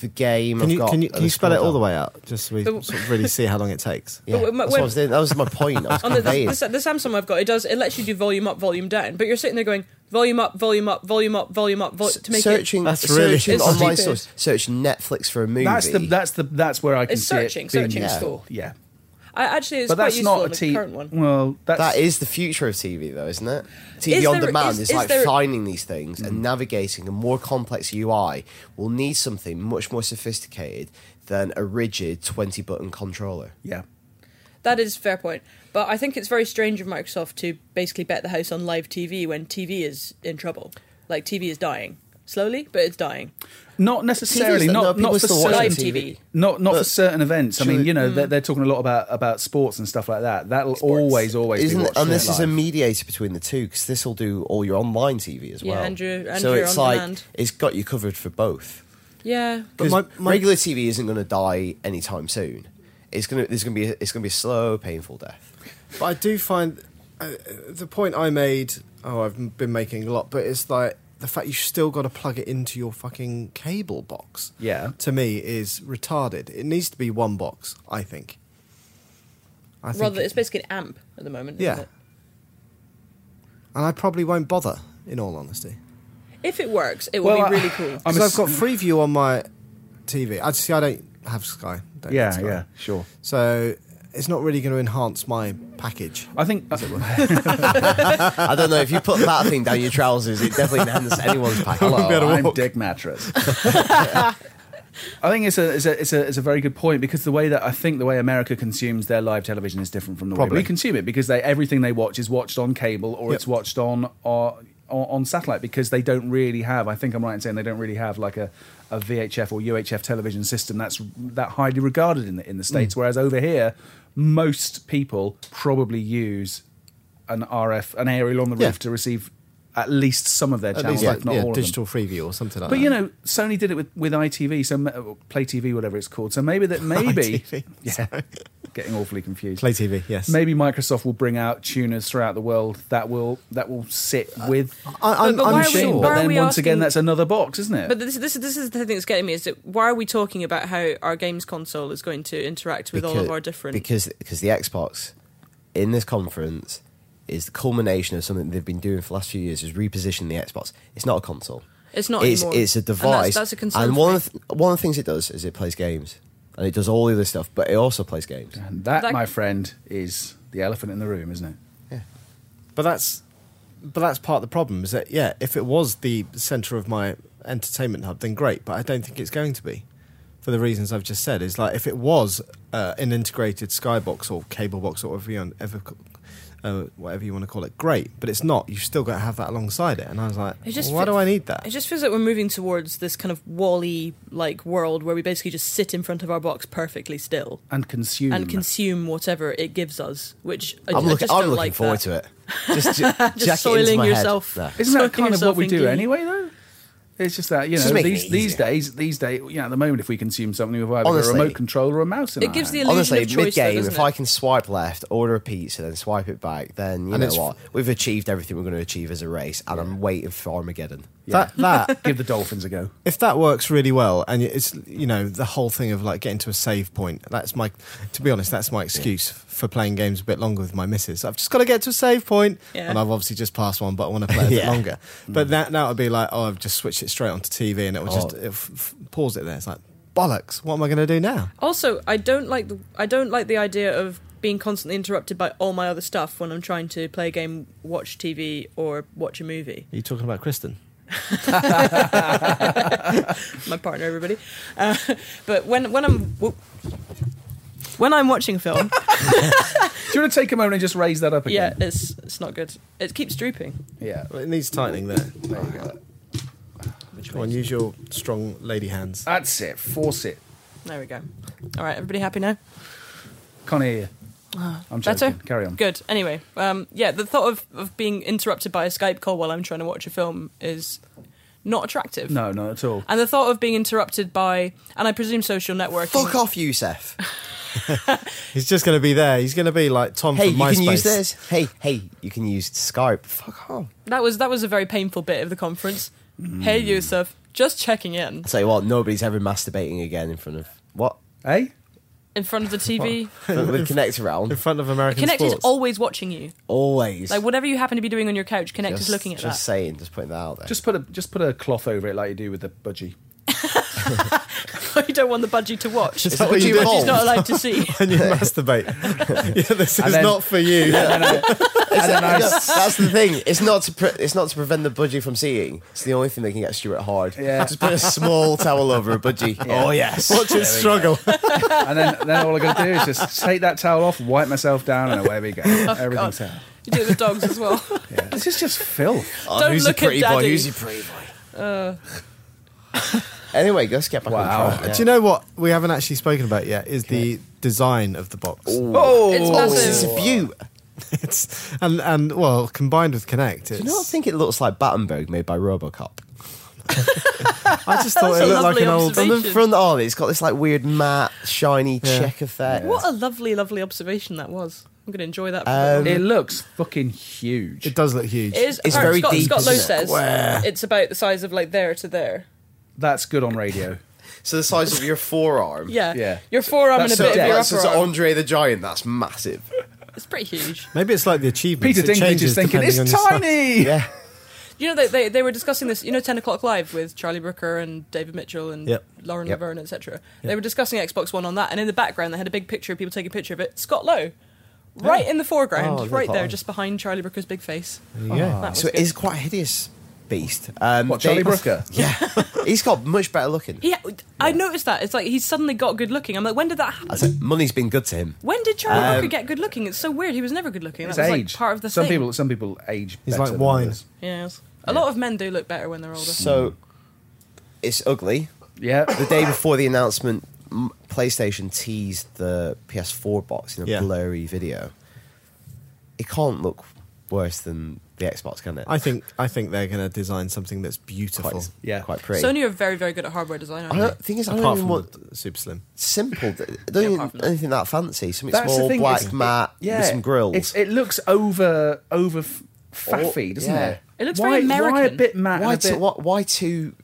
[SPEAKER 4] the game.
[SPEAKER 1] Can
[SPEAKER 4] I've
[SPEAKER 1] you
[SPEAKER 4] got,
[SPEAKER 1] can you, can you spell it all the
[SPEAKER 4] way?
[SPEAKER 1] way out just so we sort of really see how long it takes?
[SPEAKER 4] Yeah,
[SPEAKER 3] But when-
[SPEAKER 4] that's
[SPEAKER 3] when-
[SPEAKER 4] what I was doing. That was my point. I was
[SPEAKER 3] On the, the,
[SPEAKER 4] conveying.
[SPEAKER 3] the, the Samsung I've got, it does. It lets you do volume up, volume down, but you're sitting there going volume up, volume up, volume up, volume up, vol- to make
[SPEAKER 4] searching,
[SPEAKER 3] it.
[SPEAKER 1] That's really
[SPEAKER 4] searching
[SPEAKER 3] It's
[SPEAKER 4] online
[SPEAKER 3] stupid.
[SPEAKER 4] source, search Netflix for a movie.
[SPEAKER 2] That's the that's the that's where I can
[SPEAKER 3] It's
[SPEAKER 2] see it
[SPEAKER 3] searching,
[SPEAKER 2] being
[SPEAKER 3] searching
[SPEAKER 4] is
[SPEAKER 2] useful.
[SPEAKER 3] cool.
[SPEAKER 2] Yeah,
[SPEAKER 3] I actually, it's
[SPEAKER 2] but
[SPEAKER 3] quite
[SPEAKER 2] that's
[SPEAKER 3] useful
[SPEAKER 2] not a
[SPEAKER 3] on the
[SPEAKER 2] T.
[SPEAKER 3] current one.
[SPEAKER 2] Well, that's
[SPEAKER 4] that is the future of TV, though, isn't it? TV
[SPEAKER 3] Is
[SPEAKER 4] on
[SPEAKER 3] there-
[SPEAKER 4] demand
[SPEAKER 3] is-
[SPEAKER 4] is,
[SPEAKER 3] is
[SPEAKER 4] like
[SPEAKER 3] there-
[SPEAKER 4] finding these things
[SPEAKER 1] Mm.
[SPEAKER 4] and navigating a more complex UI. Will need something much more sophisticated than a rigid twenty-button controller.
[SPEAKER 2] yeah.
[SPEAKER 3] That is a fair point. But I think it's very strange of Microsoft to basically bet the house on live TV when TV is in trouble. Like TV is dying slowly, but it's dying.
[SPEAKER 2] Not necessarily. Not
[SPEAKER 4] people
[SPEAKER 2] not for
[SPEAKER 4] are still watching
[SPEAKER 2] certain.
[SPEAKER 3] Live Mm. TV.
[SPEAKER 2] Not not for
[SPEAKER 4] But-
[SPEAKER 2] certain events. I mean,
[SPEAKER 4] Surely-
[SPEAKER 2] you know, they're, they're talking a lot about about sports and stuff like that. That'll always always be
[SPEAKER 4] Isn't it,
[SPEAKER 2] watched
[SPEAKER 4] and this
[SPEAKER 2] live.
[SPEAKER 4] is a mediator between the two because this will do all your online TV as
[SPEAKER 3] Yeah,
[SPEAKER 4] well.
[SPEAKER 3] and your- and
[SPEAKER 4] so
[SPEAKER 3] your
[SPEAKER 4] it's
[SPEAKER 3] on
[SPEAKER 4] like
[SPEAKER 3] demand.
[SPEAKER 4] it's got you covered for both.
[SPEAKER 3] Yeah.
[SPEAKER 4] Because
[SPEAKER 1] my- my-
[SPEAKER 4] regular TV isn't going to die anytime soon. It's gonna there's gonna be a, it's gonna be a slow, painful death.
[SPEAKER 1] But I do find uh, the point I made. Oh, I've been making a lot, but it's like the fact you still got to plug it into your fucking cable box.
[SPEAKER 2] Yeah.
[SPEAKER 1] to me is retarded. It needs to be one box. I think. I think
[SPEAKER 3] Rather,
[SPEAKER 1] it-
[SPEAKER 3] it's basically an amp at the moment.
[SPEAKER 1] yeah,
[SPEAKER 3] Isn't it?
[SPEAKER 1] and I probably won't bother. In all honesty,
[SPEAKER 3] If it works, it
[SPEAKER 2] Well,
[SPEAKER 3] will
[SPEAKER 2] I-
[SPEAKER 3] be really cool.
[SPEAKER 2] I'm
[SPEAKER 1] because I've
[SPEAKER 2] ass-
[SPEAKER 1] got Freeview on my TV. I see. I don't have Sky. Don't get
[SPEAKER 2] Yeah,
[SPEAKER 1] Sky.
[SPEAKER 2] yeah, sure.
[SPEAKER 1] So it's not really going to enhance my package.
[SPEAKER 2] I think
[SPEAKER 4] I don't know if you put that thing down your trousers, it definitely enhances anyone's pack.
[SPEAKER 2] Hello,
[SPEAKER 4] Hello,
[SPEAKER 2] I'm
[SPEAKER 4] I'm-
[SPEAKER 2] Dick Mattress. I think it's a, it's a it's a it's a very good point because the way that I think the way America consumes their live television is different from the
[SPEAKER 1] Probably.
[SPEAKER 2] way we consume it because they everything they watch is watched on cable or
[SPEAKER 1] Yep.
[SPEAKER 2] it's watched on or on on satellite because they don't really have I think I'm right in saying they don't really have like a, a VHF or UHF television system that's that highly regarded in the in the
[SPEAKER 1] Hmm.
[SPEAKER 2] states whereas over here most people probably use an RF an aerial on the roof
[SPEAKER 1] Yeah.
[SPEAKER 2] to receive at least some of their
[SPEAKER 1] At
[SPEAKER 2] channels
[SPEAKER 1] least like
[SPEAKER 2] if not
[SPEAKER 1] yeah,
[SPEAKER 2] all of them.
[SPEAKER 1] digital freeview or something like
[SPEAKER 2] But
[SPEAKER 1] that.
[SPEAKER 2] you know, Sony did it with, with ITV, so ma- or Play TV, whatever it's called. So maybe that maybe
[SPEAKER 1] ITV,
[SPEAKER 2] yeah, getting awfully confused.
[SPEAKER 1] Play TV, yes.
[SPEAKER 2] Maybe Microsoft will bring out tuners throughout the world that will that will sit with.
[SPEAKER 1] I, I'm,
[SPEAKER 3] But- but
[SPEAKER 1] I'm
[SPEAKER 3] why are we-
[SPEAKER 1] sure.
[SPEAKER 2] but
[SPEAKER 3] are
[SPEAKER 2] then
[SPEAKER 3] we
[SPEAKER 2] once again,
[SPEAKER 3] asking-
[SPEAKER 2] that's another box, isn't it?
[SPEAKER 3] But this, this, this is the thing that's getting me is that why are we talking about how our games console is going to interact with all of our different?
[SPEAKER 4] because because the Xbox in this conference is the culmination of something they've been doing for the last few years is reposition the Xbox. It's not a console.
[SPEAKER 3] It's not
[SPEAKER 4] It's,
[SPEAKER 3] anymore.
[SPEAKER 4] it's a
[SPEAKER 3] And that's-
[SPEAKER 4] device.
[SPEAKER 3] that's a concern
[SPEAKER 4] And
[SPEAKER 3] for
[SPEAKER 4] one
[SPEAKER 3] me.
[SPEAKER 4] of, the, one of the things it does is it plays games, and it does all the other stuff, but it also plays games.
[SPEAKER 2] and that,
[SPEAKER 3] That-
[SPEAKER 2] my friend, is the elephant in the room, isn't it?
[SPEAKER 1] But that's but that's part of the problem is that yeah, if it was the center of my entertainment hub, then great. But I don't think it's going to be for the reasons I've just said. It's like if it was uh, an integrated skybox or cable box or whatever you want, ever, ca- uh, whatever you want to call it, great. But it's not. You've still got to have that alongside it. And I was like,
[SPEAKER 3] It just
[SPEAKER 1] why
[SPEAKER 3] fe-
[SPEAKER 1] do I need that?
[SPEAKER 3] It just feels like we're moving towards this kind of Wally like world where we basically just sit in front of our box perfectly still
[SPEAKER 2] And consume.
[SPEAKER 3] and consume whatever it gives us, which I,
[SPEAKER 4] Hmm. I'm,
[SPEAKER 3] I
[SPEAKER 4] looking
[SPEAKER 3] just
[SPEAKER 4] I'm
[SPEAKER 3] don't
[SPEAKER 4] looking
[SPEAKER 3] like
[SPEAKER 4] forward
[SPEAKER 3] that.
[SPEAKER 4] to it. Just, ju- jack it into
[SPEAKER 3] soiling
[SPEAKER 4] my head.
[SPEAKER 3] yourself.
[SPEAKER 4] No.
[SPEAKER 2] Isn't that
[SPEAKER 3] Soaking
[SPEAKER 2] kind of what we do
[SPEAKER 3] yourself in
[SPEAKER 2] anyway, though? It's just that you
[SPEAKER 4] Just
[SPEAKER 2] know
[SPEAKER 4] making
[SPEAKER 2] these
[SPEAKER 4] it
[SPEAKER 2] these
[SPEAKER 4] easier.
[SPEAKER 2] days these days you know at the moment if we consume something we've either
[SPEAKER 4] Honestly.
[SPEAKER 2] got a remote control or a mouse in
[SPEAKER 3] It
[SPEAKER 2] our
[SPEAKER 3] gives the
[SPEAKER 2] hand.
[SPEAKER 3] illusion
[SPEAKER 4] Honestly,
[SPEAKER 3] of choice, though,
[SPEAKER 4] mid-game,
[SPEAKER 3] doesn't
[SPEAKER 4] if
[SPEAKER 3] it?
[SPEAKER 4] I can swipe left, order a pizza, then swipe it back, then you
[SPEAKER 1] And
[SPEAKER 4] know
[SPEAKER 1] it's-
[SPEAKER 4] what? We've achieved everything we're going to achieve as a race, and I'm waiting for Armageddon.
[SPEAKER 1] That that
[SPEAKER 2] give the dolphins a go.
[SPEAKER 1] if that works really well and it's you know the whole thing of like getting to a save point that's my to be honest that's my excuse for playing games a bit longer with my missus i've just got to get to a save point
[SPEAKER 3] Yeah.
[SPEAKER 1] and i've obviously just passed one but i want to play a bit
[SPEAKER 4] Yeah. Mm.
[SPEAKER 1] longer but that now would be like oh i've just switched it straight onto tv and it will just
[SPEAKER 4] Oh.
[SPEAKER 1] it f- f- pause it there it's like bollocks what am i going to do now
[SPEAKER 3] Also, I don't like the I don't like the idea of being constantly interrupted by all my other stuff when I'm trying to play a game, watch TV, or watch a movie.
[SPEAKER 1] are you talking about kristen
[SPEAKER 3] my partner, everybody. Uh, but when when I'm whoop. when I'm watching a film,
[SPEAKER 2] Do you want to take a moment and just raise that up
[SPEAKER 3] yeah,
[SPEAKER 2] again?
[SPEAKER 3] it's it's not good. It keeps drooping.
[SPEAKER 2] Yeah.
[SPEAKER 1] well, it needs tightening there, there you go. Come on, use your strong lady hands.
[SPEAKER 2] That's it. Force it.
[SPEAKER 3] There we go. All right, everybody happy now?
[SPEAKER 2] Can't hear you. I'm joking.
[SPEAKER 3] Ah, Better.
[SPEAKER 2] Carry on.
[SPEAKER 3] Good. Anyway, um, yeah, the thought of, of being interrupted by a Skype call while I'm trying to watch a film is not attractive.
[SPEAKER 2] No, not at all.
[SPEAKER 3] And the thought of being interrupted by, and I presume social networking.
[SPEAKER 4] Fuck off, Yousef.
[SPEAKER 1] He's just going to be there. He's going to be like Tom
[SPEAKER 4] Hey,
[SPEAKER 1] from
[SPEAKER 4] you
[SPEAKER 1] MySpace.
[SPEAKER 4] can use this. Hey, hey, you can use Skype. Fuck off.
[SPEAKER 3] That was that was a very painful bit of the conference. Hey, Yusuf, just checking in
[SPEAKER 4] I'll tell you what, nobody's ever masturbating again in front of what?
[SPEAKER 2] Eh?
[SPEAKER 3] in front of the TV.
[SPEAKER 4] With Connect
[SPEAKER 1] in
[SPEAKER 4] around.
[SPEAKER 1] front of American
[SPEAKER 3] Connect is
[SPEAKER 1] sports.
[SPEAKER 3] always watching you.
[SPEAKER 4] Always.
[SPEAKER 3] Like whatever you happen to be doing on your couch, Connect
[SPEAKER 4] just,
[SPEAKER 3] is looking at
[SPEAKER 4] Just
[SPEAKER 3] that.
[SPEAKER 4] saying, just putting that out there.
[SPEAKER 2] Just put a just put a cloth over it like you do with the budgie.
[SPEAKER 3] you don't want the budgie to watch.
[SPEAKER 1] Is
[SPEAKER 3] She's
[SPEAKER 1] that
[SPEAKER 4] it
[SPEAKER 1] what
[SPEAKER 4] what
[SPEAKER 1] you
[SPEAKER 4] you
[SPEAKER 1] meant?
[SPEAKER 4] evolved?
[SPEAKER 3] not allowed to see.
[SPEAKER 1] and you masturbate. yeah, this is
[SPEAKER 2] then-
[SPEAKER 1] not for you.
[SPEAKER 2] And then I,
[SPEAKER 4] That's- that's the thing. It's not to pre- it's not to prevent the budgie from seeing. It's the only thing that can get Stuart hard.
[SPEAKER 2] Yeah.
[SPEAKER 4] Just put a small towel over a budgie. Oh yes.
[SPEAKER 1] Watch it struggle.
[SPEAKER 2] and then, then all I gotta do is just take that towel off, wipe myself down, and away we go.
[SPEAKER 3] Oh,
[SPEAKER 2] Everything's out.
[SPEAKER 3] You do it with dogs as well.
[SPEAKER 2] Yeah. This is just filth.
[SPEAKER 4] Oh,
[SPEAKER 3] Don't
[SPEAKER 4] who's your
[SPEAKER 3] look at
[SPEAKER 4] pretty boy?
[SPEAKER 3] Daddy.
[SPEAKER 4] Who's your pretty boy? anyway, let's get back
[SPEAKER 2] Wow.
[SPEAKER 4] on track.
[SPEAKER 1] Do you know what we haven't actually spoken about yet is the design of the box.
[SPEAKER 2] Oh,
[SPEAKER 3] It's
[SPEAKER 4] Oh, this is
[SPEAKER 3] massive.
[SPEAKER 4] a view.
[SPEAKER 1] It's and and well, combined with Connect, it's,
[SPEAKER 4] Do you not think it looks like Battenberg made by Robocop?
[SPEAKER 1] I just thought
[SPEAKER 3] That's
[SPEAKER 1] it
[SPEAKER 3] a
[SPEAKER 1] looked like
[SPEAKER 3] lovely
[SPEAKER 1] an old.
[SPEAKER 4] From the
[SPEAKER 3] Vision.
[SPEAKER 4] front on, it's got this like weird matte, shiny
[SPEAKER 1] Yeah.
[SPEAKER 4] check effect.
[SPEAKER 3] What a lovely, lovely observation that was. I'm going to enjoy that. For
[SPEAKER 4] Um,
[SPEAKER 3] the
[SPEAKER 2] It looks fucking huge.
[SPEAKER 1] It does look huge.
[SPEAKER 3] it is,
[SPEAKER 4] it's
[SPEAKER 3] apparently
[SPEAKER 4] very
[SPEAKER 3] Scott,
[SPEAKER 4] deep,
[SPEAKER 3] Scott Lowe
[SPEAKER 4] isn't it?
[SPEAKER 3] says it's about the size of like there to there.
[SPEAKER 2] That's good on radio.
[SPEAKER 4] So the size of your forearm.
[SPEAKER 3] Yeah,
[SPEAKER 2] Yeah.
[SPEAKER 3] Your forearm and a
[SPEAKER 2] That's
[SPEAKER 3] bit
[SPEAKER 2] so-
[SPEAKER 3] of your
[SPEAKER 4] that's
[SPEAKER 3] upper
[SPEAKER 4] just
[SPEAKER 3] arm.
[SPEAKER 4] Andre the Giant. That's massive.
[SPEAKER 3] It's pretty huge.
[SPEAKER 1] Maybe it's like the achievement.
[SPEAKER 2] Peter Dinklage is thinking it's tiny.
[SPEAKER 4] Yeah.
[SPEAKER 3] You know, they, they, they were discussing this, you know, 10 o'clock live with Charlie Brooker and David Mitchell and
[SPEAKER 1] Yep.
[SPEAKER 3] Lauren
[SPEAKER 4] Yep.
[SPEAKER 3] Laverne, etc. They were discussing Xbox One on that, and in the background, they had a big picture of people taking a picture of it. Scott Lowe, right in the foreground,
[SPEAKER 4] Oh,
[SPEAKER 3] right
[SPEAKER 4] good
[SPEAKER 3] there,
[SPEAKER 4] point. Mm.
[SPEAKER 3] just behind Charlie Brooker's big face.
[SPEAKER 4] Oh,
[SPEAKER 1] Yeah.
[SPEAKER 3] That was
[SPEAKER 4] So it
[SPEAKER 3] good.
[SPEAKER 4] is quite hideous. beast. Um,
[SPEAKER 2] What, Charlie
[SPEAKER 4] they-
[SPEAKER 2] Brooker?
[SPEAKER 4] Yeah, he's got much better looking.
[SPEAKER 3] Yeah, I noticed that. It's like he's suddenly got good looking. I'm like, when did that happen?
[SPEAKER 4] I said, money's been good to him.
[SPEAKER 3] When did Charlie
[SPEAKER 4] Um,
[SPEAKER 3] Brooker get good looking? It's so weird. He was never good looking. That
[SPEAKER 2] It's
[SPEAKER 3] was
[SPEAKER 2] age.
[SPEAKER 3] like part of the
[SPEAKER 2] some
[SPEAKER 3] thing.
[SPEAKER 2] people, some people age.
[SPEAKER 1] He's
[SPEAKER 2] better
[SPEAKER 1] like
[SPEAKER 2] than
[SPEAKER 1] wine.
[SPEAKER 2] others.
[SPEAKER 3] Yes. A lot of men do look better when they're older.
[SPEAKER 4] So it's ugly.
[SPEAKER 2] Yeah,
[SPEAKER 4] The day before the announcement, m- PlayStation teased the PS4 box in a
[SPEAKER 1] Yeah.
[SPEAKER 4] blurry video. It can't look worse than the Xbox, can it?
[SPEAKER 1] I think I think they're going to design something that's beautiful.
[SPEAKER 4] quite,
[SPEAKER 2] Yeah.
[SPEAKER 4] quite pretty.
[SPEAKER 3] Sony are very, very good at hardware design.
[SPEAKER 4] I
[SPEAKER 3] Aren't
[SPEAKER 4] don't,
[SPEAKER 3] they?
[SPEAKER 4] the thing is, I don't
[SPEAKER 1] apart
[SPEAKER 4] even
[SPEAKER 1] from
[SPEAKER 4] want
[SPEAKER 1] the super slim.
[SPEAKER 4] simple. I don't
[SPEAKER 3] Yeah,
[SPEAKER 4] even
[SPEAKER 3] apart from that.
[SPEAKER 4] anything that fancy. Something
[SPEAKER 2] that's
[SPEAKER 4] small,
[SPEAKER 2] the thing.
[SPEAKER 4] black,
[SPEAKER 2] it's-
[SPEAKER 4] matte,
[SPEAKER 2] it- yeah,
[SPEAKER 4] with some grills.
[SPEAKER 2] It's, it looks over over f- faffy,
[SPEAKER 4] Or-
[SPEAKER 2] doesn't
[SPEAKER 4] yeah.
[SPEAKER 2] it?
[SPEAKER 3] It looks
[SPEAKER 2] why,
[SPEAKER 3] very
[SPEAKER 2] Why a
[SPEAKER 3] American.
[SPEAKER 2] bit matte?
[SPEAKER 4] why,
[SPEAKER 2] and, a
[SPEAKER 4] two,
[SPEAKER 2] bit,
[SPEAKER 4] what, why two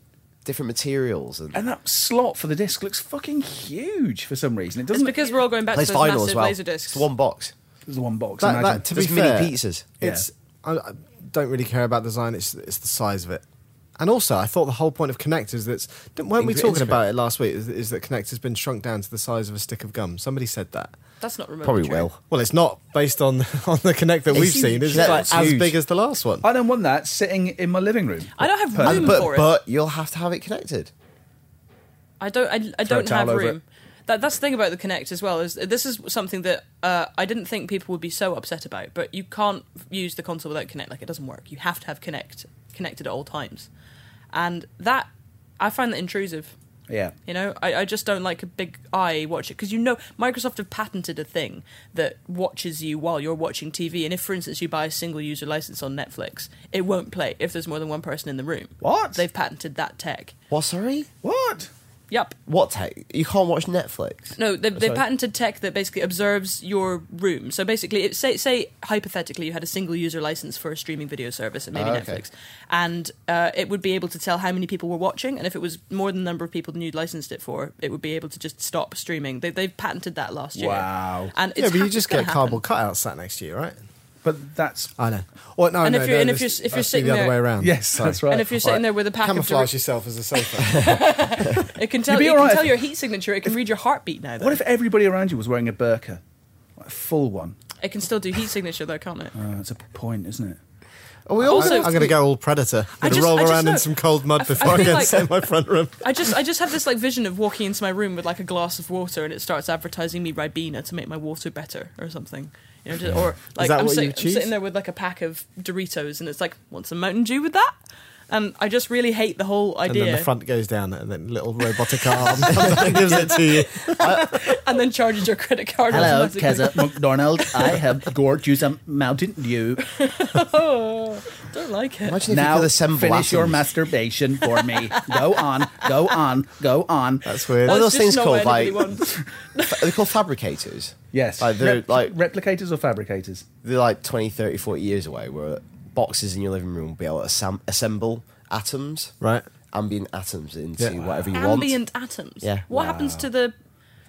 [SPEAKER 4] different materials? And,
[SPEAKER 2] and that slot for the disc looks fucking huge for some reason. It
[SPEAKER 3] It's
[SPEAKER 2] doesn't.
[SPEAKER 3] because we're all going back to
[SPEAKER 4] plays
[SPEAKER 3] those
[SPEAKER 4] vinyl
[SPEAKER 3] massive
[SPEAKER 4] as well.
[SPEAKER 3] laser discs.
[SPEAKER 4] It's one box.
[SPEAKER 2] There's one box.
[SPEAKER 1] That-
[SPEAKER 2] imagine.
[SPEAKER 1] that- To
[SPEAKER 4] There's
[SPEAKER 1] be
[SPEAKER 4] mini
[SPEAKER 1] fair,
[SPEAKER 4] pizzas.
[SPEAKER 2] Yeah.
[SPEAKER 1] It's I, I don't really care about design. It's it's the size of it, and also I thought the whole point of Connect is that didn't- weren't we
[SPEAKER 4] Ingrid-
[SPEAKER 1] talking
[SPEAKER 4] Ingrid.
[SPEAKER 1] about it last week? Is, is that Connect has been shrunk down to the size of a stick of gum? Somebody said that.
[SPEAKER 3] That's not remotely
[SPEAKER 4] Probably
[SPEAKER 3] true.
[SPEAKER 4] will.
[SPEAKER 1] Well, it's not based on on the Connect that
[SPEAKER 4] It's
[SPEAKER 1] we've
[SPEAKER 4] huge.
[SPEAKER 1] seen. It's
[SPEAKER 4] Yeah,
[SPEAKER 1] like
[SPEAKER 4] it's
[SPEAKER 1] as
[SPEAKER 4] huge.
[SPEAKER 1] big as the last one.
[SPEAKER 2] I don't want that sitting in my living room.
[SPEAKER 3] I don't have
[SPEAKER 2] Perfect.
[SPEAKER 3] room
[SPEAKER 4] but
[SPEAKER 3] for it.
[SPEAKER 4] but you'll have to have it connected.
[SPEAKER 3] I don't. I, I
[SPEAKER 2] Throw a
[SPEAKER 3] don't
[SPEAKER 2] towel
[SPEAKER 3] have
[SPEAKER 2] over
[SPEAKER 3] room.
[SPEAKER 2] it.
[SPEAKER 3] That, that's the thing about the Connect as well is this is something that uh, I didn't think people would be so upset about. But you can't use the console without Connect. Like it doesn't work. You have to have Connect connected at all times, and that I find that intrusive.
[SPEAKER 2] Yeah.
[SPEAKER 3] You know, I, I just don't like a big eye watch it because you know Microsoft have patented a thing that watches you while you're watching TV. And if, for instance, you buy a single user license on Netflix, it won't play if there's more than one person in the room.
[SPEAKER 2] What?
[SPEAKER 3] They've patented that tech.
[SPEAKER 4] What? Sorry.
[SPEAKER 2] What?
[SPEAKER 3] Yep.
[SPEAKER 4] What tech? You can't watch Netflix.
[SPEAKER 3] No, they, they
[SPEAKER 2] Sorry.
[SPEAKER 3] patented tech that basically observes your room. So basically, it, say say hypothetically, you had a single user license for a streaming video service, and maybe
[SPEAKER 4] Ah, okay.
[SPEAKER 3] Netflix, and uh, it would be able to tell how many people were watching, and if it was more than the number of people than you'd licensed it for, it would be able to just stop streaming. They they patented that last year.
[SPEAKER 2] Wow.
[SPEAKER 3] And it's
[SPEAKER 1] yeah, but you
[SPEAKER 3] hap-
[SPEAKER 1] just
[SPEAKER 3] gonna
[SPEAKER 1] get
[SPEAKER 3] happen.
[SPEAKER 1] cardboard cutouts sat next to you, right?
[SPEAKER 2] But that's
[SPEAKER 1] I know. Well, no,
[SPEAKER 3] And
[SPEAKER 1] no,
[SPEAKER 3] if you're-
[SPEAKER 1] no,
[SPEAKER 3] and if
[SPEAKER 1] this-
[SPEAKER 3] you're- if you're
[SPEAKER 1] that's
[SPEAKER 3] sitting
[SPEAKER 1] the other
[SPEAKER 3] there-
[SPEAKER 1] way around.
[SPEAKER 2] yes,
[SPEAKER 1] Sorry.
[SPEAKER 2] that's right.
[SPEAKER 3] And if you're sitting there with a pack of
[SPEAKER 1] camouflage
[SPEAKER 3] direct-
[SPEAKER 1] yourself as a sofa.
[SPEAKER 3] it can tell
[SPEAKER 2] be
[SPEAKER 3] it can
[SPEAKER 2] alright
[SPEAKER 3] tell
[SPEAKER 2] if-
[SPEAKER 3] your heat signature. It can read your heartbeat now. Though.
[SPEAKER 2] what if everybody around you was wearing a burqa, like a full one?
[SPEAKER 3] it can still do heat signature though, can't it?
[SPEAKER 2] Uh, that's a point, isn't it?
[SPEAKER 1] Are we
[SPEAKER 3] Also-
[SPEAKER 1] I'm going to go all predator.
[SPEAKER 3] I
[SPEAKER 1] I'm going to
[SPEAKER 3] just-
[SPEAKER 1] roll
[SPEAKER 3] I just
[SPEAKER 1] around in
[SPEAKER 3] know-
[SPEAKER 1] some cold
[SPEAKER 3] I
[SPEAKER 1] mud
[SPEAKER 3] f- I
[SPEAKER 1] before I
[SPEAKER 3] feel
[SPEAKER 1] go
[SPEAKER 3] like-
[SPEAKER 1] inside my front room.
[SPEAKER 3] I just I just have this like vision of walking into my room with like a glass of water and it starts advertising me Ribena to make my water better or something. You know, just, or like
[SPEAKER 1] that
[SPEAKER 3] I'm,
[SPEAKER 1] what
[SPEAKER 3] sit-
[SPEAKER 1] you
[SPEAKER 3] I'm
[SPEAKER 1] choose?
[SPEAKER 3] sitting there with like a pack of Doritos and it's like, want some Mountain Dew with that? And I just really hate the whole
[SPEAKER 1] And
[SPEAKER 3] idea.
[SPEAKER 1] then the front goes down, and then little robotic arm comes and gives it to you.
[SPEAKER 3] and then charges your credit card. automatically.
[SPEAKER 2] McDonald. I have gored you some Mountain Dew.
[SPEAKER 3] Oh, don't like it.
[SPEAKER 4] Imagine if you could assemble atoms.
[SPEAKER 2] masturbation for me. Go on, go on, go on.
[SPEAKER 1] That's weird.
[SPEAKER 4] What are
[SPEAKER 3] That's
[SPEAKER 4] those things
[SPEAKER 3] just not what
[SPEAKER 4] called? Like
[SPEAKER 3] anybody wants.
[SPEAKER 4] fa- they're called fabricators.
[SPEAKER 2] Yes,
[SPEAKER 4] Like they're
[SPEAKER 2] Rep-
[SPEAKER 4] like
[SPEAKER 2] replicators or fabricators.
[SPEAKER 4] they're like 20, 30, 40 years away, where boxes in your living room will be able to assam- assemble atoms,
[SPEAKER 1] Right.
[SPEAKER 4] ambient atoms into
[SPEAKER 1] Yeah.
[SPEAKER 4] whatever you want.
[SPEAKER 3] ambient atoms.
[SPEAKER 4] Yeah.
[SPEAKER 3] What happens to the?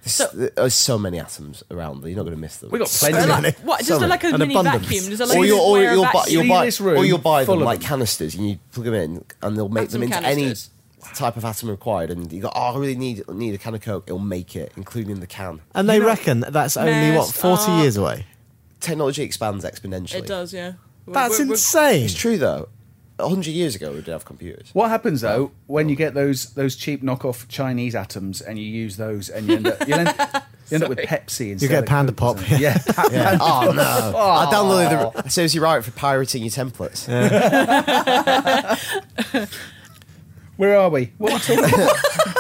[SPEAKER 4] There's, there's so many atoms around that you're not going to miss them.
[SPEAKER 2] We got plenty.
[SPEAKER 3] They're
[SPEAKER 2] of
[SPEAKER 3] like, what? Just they're like a
[SPEAKER 1] An
[SPEAKER 3] mini
[SPEAKER 1] abundance.
[SPEAKER 3] vacuum. Just like
[SPEAKER 4] or
[SPEAKER 3] a
[SPEAKER 4] you'll, or
[SPEAKER 3] square
[SPEAKER 4] you'll buy,
[SPEAKER 3] vacuum.
[SPEAKER 4] you'll
[SPEAKER 2] See
[SPEAKER 4] buy,
[SPEAKER 2] this room
[SPEAKER 4] or you'll buy
[SPEAKER 2] full
[SPEAKER 4] them
[SPEAKER 2] of
[SPEAKER 4] like
[SPEAKER 2] them.
[SPEAKER 4] canisters, and you plug them in, and they'll make
[SPEAKER 3] Atom
[SPEAKER 4] them into
[SPEAKER 3] canisters.
[SPEAKER 4] any type of atom required. And you go, oh, I really need need a can of coke. It'll make it, including the can.
[SPEAKER 1] And they reckon that's only what
[SPEAKER 3] messed
[SPEAKER 1] forty
[SPEAKER 3] up.
[SPEAKER 1] years away.
[SPEAKER 4] Technology expands exponentially.
[SPEAKER 3] It does, yeah. We're-
[SPEAKER 1] That's
[SPEAKER 3] we're- we're-
[SPEAKER 1] insane.
[SPEAKER 4] It's true though. A hundred years ago, we didn't have computers.
[SPEAKER 2] What happens though when you get those those cheap knockoff Chinese atoms and you use those and you end up you end, you end up with Pepsi instead.
[SPEAKER 1] You get
[SPEAKER 2] of
[SPEAKER 1] Panda
[SPEAKER 2] Coke,
[SPEAKER 1] Pop,
[SPEAKER 2] so- Yeah,
[SPEAKER 4] Yeah. oh no! I downloaded the. It serves you right for pirating your templates.
[SPEAKER 2] Where are we? What are we talking about?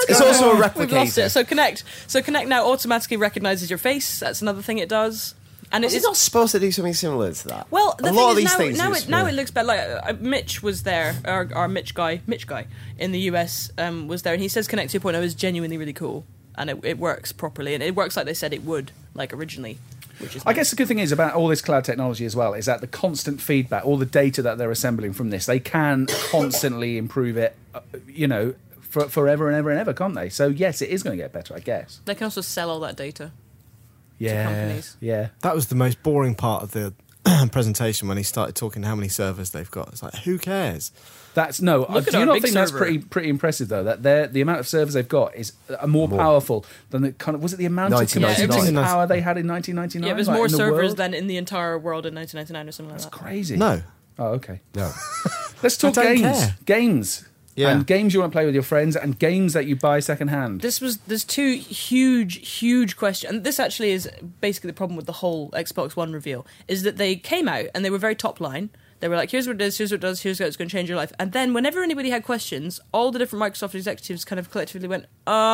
[SPEAKER 4] It's also a
[SPEAKER 3] We've lost it.
[SPEAKER 4] replicator.
[SPEAKER 3] So connect. So connect now automatically recognizes your face. That's another thing it does. And it
[SPEAKER 4] Is it
[SPEAKER 3] is
[SPEAKER 4] not supposed to do something similar to that?
[SPEAKER 3] well. The
[SPEAKER 4] a
[SPEAKER 3] thing
[SPEAKER 4] lot of
[SPEAKER 3] is
[SPEAKER 4] these
[SPEAKER 3] now,
[SPEAKER 4] things.
[SPEAKER 3] now,
[SPEAKER 4] are
[SPEAKER 3] it, now
[SPEAKER 4] small.
[SPEAKER 3] it looks better. Like uh, uh, Mitch was there, our, our Mitch guy, Mitch guy in the US um, was there, and he says Connect 2.0 is genuinely really cool, and it, it works properly, and it works like they said it would, like originally, which is
[SPEAKER 2] I guess the good thing is about all this cloud technology as well is that the constant feedback, all the data that they're assembling from this, they can constantly improve it. uh, You know, for, forever and ever and ever, can't they? So yes, it is going to get better, I guess.
[SPEAKER 3] they can also sell all that data.
[SPEAKER 2] Yeah,
[SPEAKER 3] companies.
[SPEAKER 2] yeah.
[SPEAKER 1] That was the most boring part of the presentation when he started talking how many servers they've got. It's like, who cares?
[SPEAKER 2] That's no. I
[SPEAKER 3] Look at
[SPEAKER 2] do
[SPEAKER 3] our
[SPEAKER 2] not
[SPEAKER 3] big
[SPEAKER 2] think that's
[SPEAKER 3] server.
[SPEAKER 2] pretty pretty impressive though. That they're- the amount of servers they've got is uh, more, powerful than the kind of was it the amount of
[SPEAKER 4] 1999.
[SPEAKER 2] computing
[SPEAKER 1] Yeah, it was-
[SPEAKER 2] power they had in 1999?
[SPEAKER 3] Yeah, there's
[SPEAKER 2] like,
[SPEAKER 3] more
[SPEAKER 2] in the
[SPEAKER 3] servers
[SPEAKER 2] world?
[SPEAKER 3] than in the entire world in 1999 or something like
[SPEAKER 2] That's
[SPEAKER 3] that.
[SPEAKER 2] crazy.
[SPEAKER 1] No.
[SPEAKER 2] Oh, okay.
[SPEAKER 4] No.
[SPEAKER 2] Let's talk
[SPEAKER 1] I don't
[SPEAKER 2] games.
[SPEAKER 1] care.
[SPEAKER 2] Games.
[SPEAKER 1] Yeah.
[SPEAKER 2] And games you want to play with your friends and games that you buy secondhand.
[SPEAKER 3] This was there's two huge, huge questions, and this actually is basically the problem with the whole Xbox One reveal is that they came out and they were very top line. They were like, "Here's what it is. Here's what it does. Here's how it's going to change your life." And then, whenever anybody had questions, all the different Microsoft executives kind of collectively went,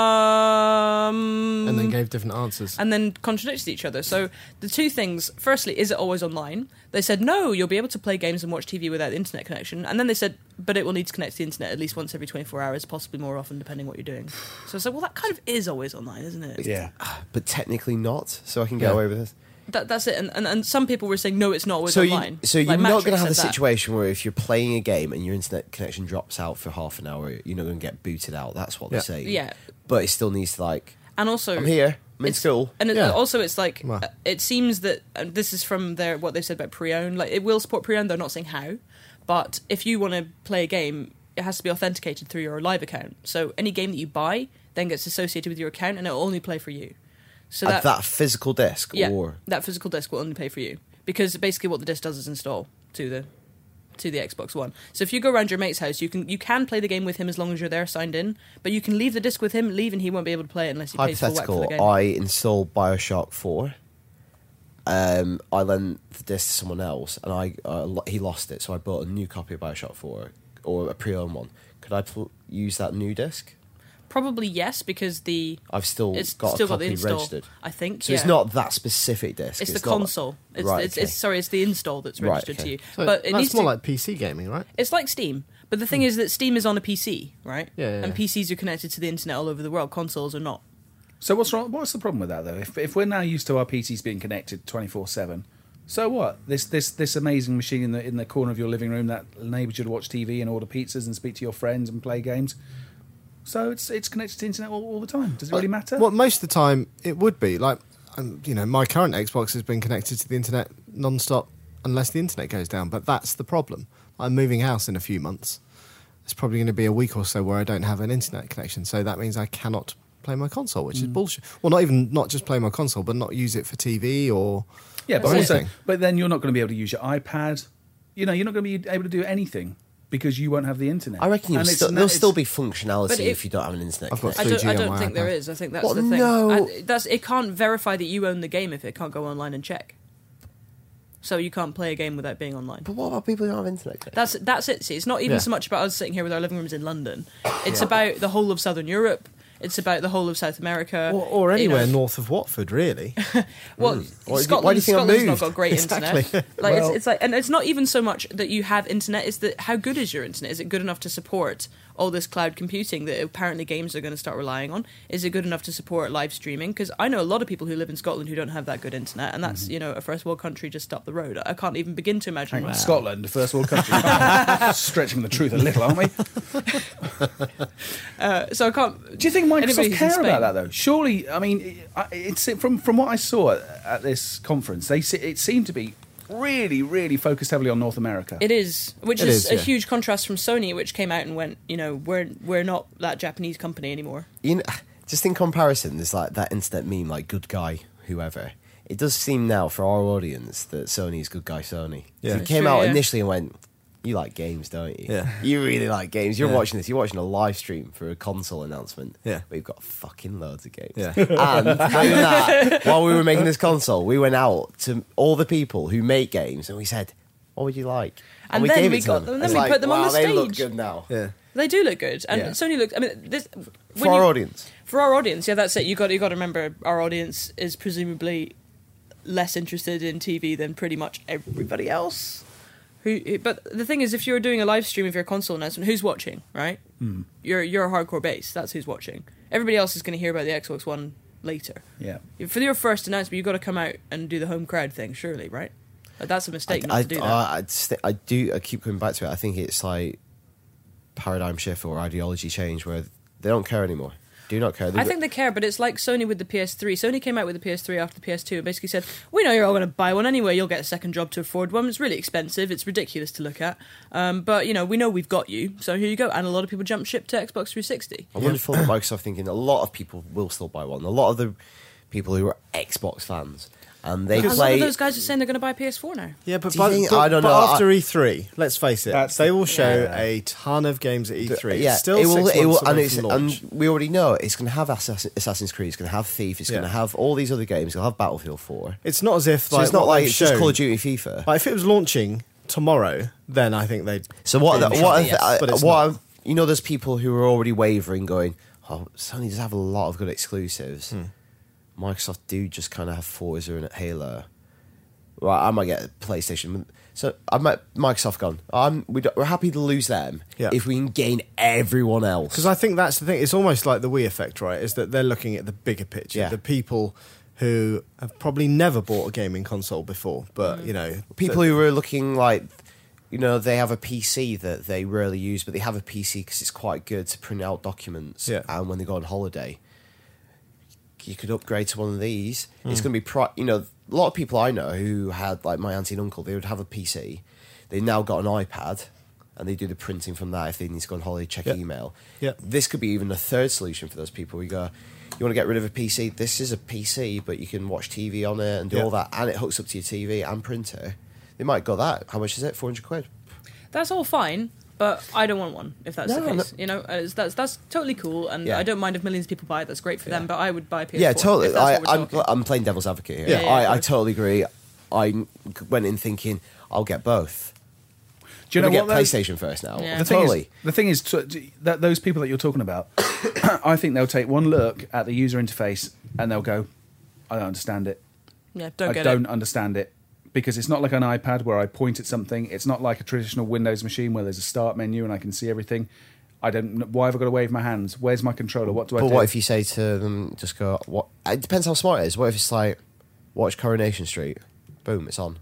[SPEAKER 3] "Um,"
[SPEAKER 5] and then gave different answers.
[SPEAKER 3] and then contradicted each other. So the two things: firstly, is it always online? They said no. You'll be able to play games and watch TV without the internet connection. And then they said, but it will need to connect to the internet at least once every 24 hours, possibly more often, depending what you're doing. So it's like, well, that kind of is always online, isn't it?
[SPEAKER 2] yeah.
[SPEAKER 4] but technically not, so I can get
[SPEAKER 5] Yeah.
[SPEAKER 4] away with this.
[SPEAKER 3] That, that's it. And, and and some people were saying no, it's not always
[SPEAKER 4] So, you,
[SPEAKER 3] online.
[SPEAKER 4] so you're
[SPEAKER 3] Like,
[SPEAKER 4] not
[SPEAKER 3] Matrix
[SPEAKER 4] going to have the
[SPEAKER 3] said that.
[SPEAKER 4] situation where if you're playing a game and your internet connection drops out for half an hour, you're not going to get booted out. That's what
[SPEAKER 5] Yeah.
[SPEAKER 4] they're saying.
[SPEAKER 3] Yeah.
[SPEAKER 4] But it still needs to, like,
[SPEAKER 3] And also,
[SPEAKER 4] I'm here, I'm in
[SPEAKER 3] It's-
[SPEAKER 4] school.
[SPEAKER 3] And it,
[SPEAKER 5] Yeah.
[SPEAKER 3] also, it's like
[SPEAKER 5] Wow.
[SPEAKER 3] uh, it seems that and this is from their what they said about pre-owned. Like it will support pre-owned. They're not saying how, but if you want to play a game, it has to be authenticated through your live account. So any game that you buy then gets associated with your account, and it'll only play for you. So
[SPEAKER 4] At that physical disc
[SPEAKER 3] yeah,
[SPEAKER 4] or
[SPEAKER 3] that physical disc will only pay for you because basically what the disc does is install to the to the Xbox One. So if you go around your mate's house, you can you can play the game with him as long as you're there signed in, but you can leave the disc with him, leave, and he won't be able to play it unless you pay full whack for the game.
[SPEAKER 4] hypothetical. I installed Bioshock Four. Um, I lent the disc to someone else, and I uh, lo- he lost it, so I bought a new copy of Bioshock Four or a pre-owned one. Could I pl- use that new disc?
[SPEAKER 3] Probably yes, because the
[SPEAKER 4] I've still
[SPEAKER 3] it's
[SPEAKER 4] got
[SPEAKER 3] still
[SPEAKER 4] a
[SPEAKER 3] got
[SPEAKER 4] copy
[SPEAKER 3] the install.
[SPEAKER 4] registered.
[SPEAKER 3] I think
[SPEAKER 4] So
[SPEAKER 3] yeah.
[SPEAKER 4] it's not that specific disc.
[SPEAKER 3] It's, the
[SPEAKER 4] not-
[SPEAKER 3] console. It's,
[SPEAKER 4] right,
[SPEAKER 3] it's,
[SPEAKER 4] okay.
[SPEAKER 3] it's sorry. It's the install that's
[SPEAKER 4] Right,
[SPEAKER 3] registered
[SPEAKER 4] okay.
[SPEAKER 3] to you.
[SPEAKER 5] So
[SPEAKER 3] but it
[SPEAKER 5] that's
[SPEAKER 3] needs
[SPEAKER 5] more
[SPEAKER 3] to,
[SPEAKER 5] like PC gaming, right?
[SPEAKER 3] it's like Steam. But the thing is that Steam is on a PC, right?
[SPEAKER 5] Yeah, yeah,
[SPEAKER 3] And
[SPEAKER 5] yeah.
[SPEAKER 3] PCs are connected to the internet all over the world. Consoles are not.
[SPEAKER 2] So what's wrong? What's the problem with that though? If, if we're now used to our PCs being connected twenty four seven, so what? This this this amazing machine in the in the corner of your living room that enables you to watch TV and order pizzas and speak to your friends and play games. So it's it's connected to the internet all, all the time. Does it
[SPEAKER 4] Uh,
[SPEAKER 2] really matter?
[SPEAKER 5] Well, most of the time it would be like, um, you know, my current Xbox has been connected to the internet non-stop unless the internet goes down. But that's the problem. I'm moving house in a few months. It's probably going to be a week or so where I don't have an internet connection. So that means I cannot play my console, which is
[SPEAKER 4] Mm.
[SPEAKER 5] bullshit. Well, not even not just play my console, but not use it for TV or
[SPEAKER 2] yeah, but
[SPEAKER 5] or
[SPEAKER 2] also,
[SPEAKER 5] anything.
[SPEAKER 2] but then you're not going to be able to use your iPad. You know, you're not going to be able to do anything because you won't have the internet.
[SPEAKER 4] I reckon you'll
[SPEAKER 2] And it's
[SPEAKER 4] still,
[SPEAKER 2] na-
[SPEAKER 4] there'll
[SPEAKER 2] it's-
[SPEAKER 4] still be functionality
[SPEAKER 3] But
[SPEAKER 4] if,
[SPEAKER 3] it-
[SPEAKER 4] you don't have an internet.
[SPEAKER 5] I've got
[SPEAKER 3] I
[SPEAKER 5] 3G
[SPEAKER 3] don't.
[SPEAKER 4] connection.
[SPEAKER 3] I
[SPEAKER 5] on
[SPEAKER 3] don't
[SPEAKER 5] my
[SPEAKER 3] think there
[SPEAKER 5] iPad.
[SPEAKER 3] is. I think that's
[SPEAKER 4] What?
[SPEAKER 3] the thing.
[SPEAKER 4] No.
[SPEAKER 3] I- that's it. Can't verify that you own the game if it can't go online and check. So you can't play a game without being online.
[SPEAKER 4] But what about people who don't have internet? Connection?
[SPEAKER 3] That's that's it. See, it's not even
[SPEAKER 5] Yeah.
[SPEAKER 3] so much about us sitting here with our living rooms in London. It's about the whole of Southern Europe. It's about the whole of South America,
[SPEAKER 5] or, or
[SPEAKER 3] you know.
[SPEAKER 5] anywhere north of Watford, really.
[SPEAKER 3] Well,
[SPEAKER 4] Hmm. Why do you-
[SPEAKER 3] Scotland,
[SPEAKER 4] why do you think I
[SPEAKER 3] Scotland's not
[SPEAKER 4] moved?
[SPEAKER 3] got great
[SPEAKER 5] Exactly.
[SPEAKER 3] internet. Like
[SPEAKER 2] Well-
[SPEAKER 3] it's, it's like, and it's not even so much that you have internet; it's that how good is your internet? Is it good enough to support all this cloud computing that apparently games are going to start relying on? Is it good enough to support live streaming? Because I know a lot of people who live in Scotland who don't have that good internet, and
[SPEAKER 4] Mm-hmm.
[SPEAKER 3] that's you know a first world country just up the road. I can't even begin to imagine.
[SPEAKER 2] Hang on, Scotland, a first world country. Stretching the truth a little, aren't we?
[SPEAKER 3] Uh, So I can't.
[SPEAKER 2] Do you think
[SPEAKER 3] Anybody
[SPEAKER 2] Microsoft
[SPEAKER 3] who's
[SPEAKER 2] care about
[SPEAKER 3] in Spain.
[SPEAKER 2] that though? Surely, I mean, I- it's from from what I saw at at this conference, they se- it seemed to be really, really focused heavily on North America.
[SPEAKER 3] It is, which
[SPEAKER 5] It
[SPEAKER 3] is
[SPEAKER 5] is,
[SPEAKER 3] a
[SPEAKER 5] yeah.
[SPEAKER 3] huge contrast from Sony, which came out and went, you know, we're we're not that Japanese company anymore.
[SPEAKER 4] you know, just in comparison, there's like that internet meme, like good guy, whoever. It does seem now for our audience that Sony is good guy Sony.
[SPEAKER 5] Yeah.
[SPEAKER 4] Yeah, it
[SPEAKER 5] It's
[SPEAKER 4] came
[SPEAKER 3] true,
[SPEAKER 4] out
[SPEAKER 3] yeah.
[SPEAKER 4] initially and went, "You like games, don't you?
[SPEAKER 5] Yeah.
[SPEAKER 4] you really like games. You're
[SPEAKER 5] Yeah.
[SPEAKER 4] watching this. You're watching a live stream for a console announcement.
[SPEAKER 5] Yeah.
[SPEAKER 4] we've got fucking loads of games.
[SPEAKER 5] Yeah.
[SPEAKER 4] and not even that, while we were making this console, we went out to all the people who make games and we said, "What would you like?"
[SPEAKER 3] And then we
[SPEAKER 4] to
[SPEAKER 3] got them, and then
[SPEAKER 4] It's
[SPEAKER 3] we
[SPEAKER 4] like,
[SPEAKER 3] put them on
[SPEAKER 4] wow,
[SPEAKER 3] the
[SPEAKER 4] They look
[SPEAKER 3] stage.
[SPEAKER 4] good now
[SPEAKER 5] Yeah.
[SPEAKER 3] They do look good, and
[SPEAKER 2] Yeah.
[SPEAKER 3] Sony looked. I mean, this
[SPEAKER 4] for
[SPEAKER 3] when
[SPEAKER 4] our
[SPEAKER 3] you-
[SPEAKER 4] audience.
[SPEAKER 3] for our audience. Yeah, that's it. You got you got to remember our audience is presumably less interested in TV than pretty much everybody else. Who, but the thing is, if you're doing a live stream of your console announcement, who's watching, right? Mm. You're you're a hardcore base. That's who's watching. Everybody else is going to hear about the Xbox One later.
[SPEAKER 2] yeah.
[SPEAKER 3] For your first announcement, you've got to come out and do the home crowd thing, surely, right? Like, that's a mistake not
[SPEAKER 4] I,
[SPEAKER 3] to do that.
[SPEAKER 4] I, I, just think- I do. I keep coming back to it. I think it's like paradigm shift or ideology change where they don't care anymore. Do not care. They-
[SPEAKER 3] I think they care, but it's like Sony with the PS3. Sony came out with the PS3 after the PS2 and basically said, "We know you're all going to buy one anyway. You'll get a second job to afford one. It's really expensive. It's ridiculous to look at. Um, but you know, we know we've got you. So here you go." And a lot of people jumped ship to Xbox 360.
[SPEAKER 4] I wonder if all the Microsoft thinking a lot of people will still buy one. A lot of the people who are Xbox fans and they
[SPEAKER 3] And some
[SPEAKER 4] play.
[SPEAKER 3] of those guys are saying they're going to buy a PS4 now.
[SPEAKER 1] Yeah, but,
[SPEAKER 4] Do you
[SPEAKER 1] by,
[SPEAKER 4] think-
[SPEAKER 1] but-
[SPEAKER 4] I don't
[SPEAKER 1] but
[SPEAKER 4] know, I-
[SPEAKER 1] after E3, let's face it,
[SPEAKER 2] That's-
[SPEAKER 1] they will show a ton of games at E3.
[SPEAKER 4] Yeah,
[SPEAKER 1] It's still
[SPEAKER 4] it will,
[SPEAKER 1] six
[SPEAKER 4] it
[SPEAKER 1] months
[SPEAKER 4] will, and,
[SPEAKER 1] away
[SPEAKER 4] it's,
[SPEAKER 1] from
[SPEAKER 4] and
[SPEAKER 1] launch.
[SPEAKER 4] we already know it's going to have Assassin, Assassin's Creed, it's going to have Thief, it's going
[SPEAKER 1] Yeah.
[SPEAKER 4] to have all these other games. It'll have Battlefield Four.
[SPEAKER 1] It's not as if
[SPEAKER 4] So
[SPEAKER 1] like,
[SPEAKER 4] it's not
[SPEAKER 1] what
[SPEAKER 4] like
[SPEAKER 1] they've
[SPEAKER 4] it's just
[SPEAKER 1] shown-
[SPEAKER 4] Call of Duty, FIFA.
[SPEAKER 1] Like, if it was launching tomorrow, then I think they'd.
[SPEAKER 4] So what?
[SPEAKER 1] be
[SPEAKER 4] The,
[SPEAKER 1] in trouble.
[SPEAKER 4] what? I-
[SPEAKER 1] Yes,
[SPEAKER 4] I-
[SPEAKER 1] but it's
[SPEAKER 4] what?
[SPEAKER 1] not.
[SPEAKER 4] I'm- you know, there's people who are already wavering, going, "Oh, Sony does have a lot of good exclusives.
[SPEAKER 1] Hmm.
[SPEAKER 4] Microsoft do just kind of have Forza and Halo. Right, I might get a PlayStation. So I might Microsoft gone. I'm we don't, we're happy to lose them
[SPEAKER 1] Yeah.
[SPEAKER 4] if we can gain everyone else.
[SPEAKER 1] Because I think that's the thing. It's almost like the Wii effect, right? Is that they're looking at the bigger picture.
[SPEAKER 4] Yeah.
[SPEAKER 1] The people who have probably never bought a gaming console before, but,
[SPEAKER 3] Mm.
[SPEAKER 1] you know.
[SPEAKER 4] people who are looking like you know they have a PC that they rarely use, but they have a PC because it's quite good to print out documents.
[SPEAKER 1] Yeah.
[SPEAKER 4] And when they go on holiday, you could upgrade to one of these.
[SPEAKER 1] Hmm.
[SPEAKER 4] It's going to be pri- you know a lot of people I know who had like my auntie and uncle they would have a PC. They've now got an iPad. And they do the printing from that if they need to go on holiday, check
[SPEAKER 1] Yeah.
[SPEAKER 4] email.
[SPEAKER 1] Yeah.
[SPEAKER 4] This could be even a third solution for those people. We go, you want to get rid of a PC? This is a PC, but you can watch TV on it and do
[SPEAKER 1] Yeah.
[SPEAKER 4] all that and it hooks up to your TV and printer, they might go that. How much is it? Four hundred quid.
[SPEAKER 3] That's all fine, but I don't want one if that's
[SPEAKER 4] No,
[SPEAKER 3] the
[SPEAKER 4] no,
[SPEAKER 3] case. You know, and it's, that's that's totally cool, and
[SPEAKER 4] Yeah.
[SPEAKER 3] I don't mind if millions of people buy it. That's great for them, but I would buy a PS4.
[SPEAKER 4] yeah,
[SPEAKER 3] If
[SPEAKER 4] totally.
[SPEAKER 3] that's
[SPEAKER 4] I,
[SPEAKER 3] what we're
[SPEAKER 4] I'm,
[SPEAKER 3] talking.
[SPEAKER 4] I'm playing devil's advocate here.
[SPEAKER 3] Yeah, yeah,
[SPEAKER 4] I,
[SPEAKER 3] yeah.
[SPEAKER 4] I totally agree. I n- went in thinking I'll get both.
[SPEAKER 2] Do you
[SPEAKER 4] I'm
[SPEAKER 2] know
[SPEAKER 4] gonna
[SPEAKER 2] what? though?
[SPEAKER 4] get PlayStation first now.
[SPEAKER 3] Yeah.
[SPEAKER 2] The thing
[SPEAKER 4] Totally.
[SPEAKER 2] is, the thing is t- that those people that you're talking about, I think they'll take one look at the user interface and they'll go, "I don't understand it.
[SPEAKER 3] yeah, don't
[SPEAKER 2] I
[SPEAKER 3] get
[SPEAKER 2] don't
[SPEAKER 3] it.
[SPEAKER 2] understand it." Because it's not like an iPad where I point at something. It's not like a traditional Windows machine where there's a start menu and I can see everything. I don't. kn- Why have I got to wave my hands? Where's my controller? What do I
[SPEAKER 4] but
[SPEAKER 2] do?
[SPEAKER 4] what if you say to them, just go? What? It depends how smart it is. What if it's like, watch Coronation Street. Boom, it's on.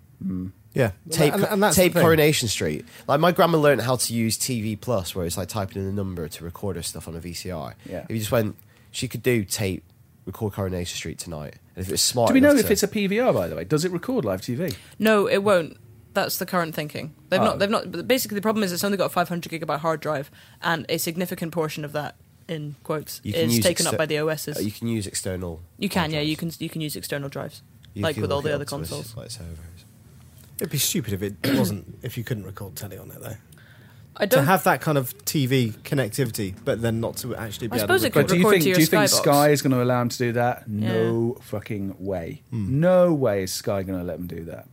[SPEAKER 1] Yeah.
[SPEAKER 4] Tape,
[SPEAKER 1] And- and that's the
[SPEAKER 4] tape
[SPEAKER 1] thing.
[SPEAKER 4] Coronation Street. Like my grandma learned how to use TV Plus, where it's like typing in a number to record her stuff on a VCR.
[SPEAKER 2] Yeah.
[SPEAKER 4] If you just went, she could do tape, record Coronation Street tonight. And if it was smart,
[SPEAKER 2] do we know
[SPEAKER 4] enough
[SPEAKER 2] if
[SPEAKER 4] to-
[SPEAKER 2] it's a PVR? By the way, does it record live TV?
[SPEAKER 3] No, it won't. That's the current thinking. They've
[SPEAKER 2] Oh.
[SPEAKER 3] not. They've not. but Basically, the problem is it's only got a 500 gigabyte hard drive, and a significant portion of that, in quotes,
[SPEAKER 4] you can
[SPEAKER 3] is
[SPEAKER 4] use
[SPEAKER 3] taken
[SPEAKER 4] exter-
[SPEAKER 3] up by the OSs.
[SPEAKER 4] uh, You can use external.
[SPEAKER 3] You can, yeah.
[SPEAKER 4] drives.
[SPEAKER 3] You can you can use external drives,
[SPEAKER 4] You
[SPEAKER 3] like
[SPEAKER 4] can
[SPEAKER 3] with all
[SPEAKER 4] hook
[SPEAKER 3] the
[SPEAKER 4] it
[SPEAKER 3] other
[SPEAKER 4] up to a s-
[SPEAKER 3] consoles.
[SPEAKER 4] like servers.
[SPEAKER 1] It'd be stupid if it wasn't, if you couldn't record telly on it, though.
[SPEAKER 3] I
[SPEAKER 1] To
[SPEAKER 3] don't.
[SPEAKER 1] have that kind of TV connectivity, but then not to actually be
[SPEAKER 3] I
[SPEAKER 1] able
[SPEAKER 3] suppose
[SPEAKER 1] to
[SPEAKER 3] it could
[SPEAKER 2] But
[SPEAKER 1] record
[SPEAKER 2] do you
[SPEAKER 3] record
[SPEAKER 2] think?
[SPEAKER 3] to
[SPEAKER 2] Do
[SPEAKER 3] your
[SPEAKER 2] you think
[SPEAKER 3] Skybox.
[SPEAKER 2] Sky is going to allow him to do that? No fucking way. No way is Sky going to let him do that.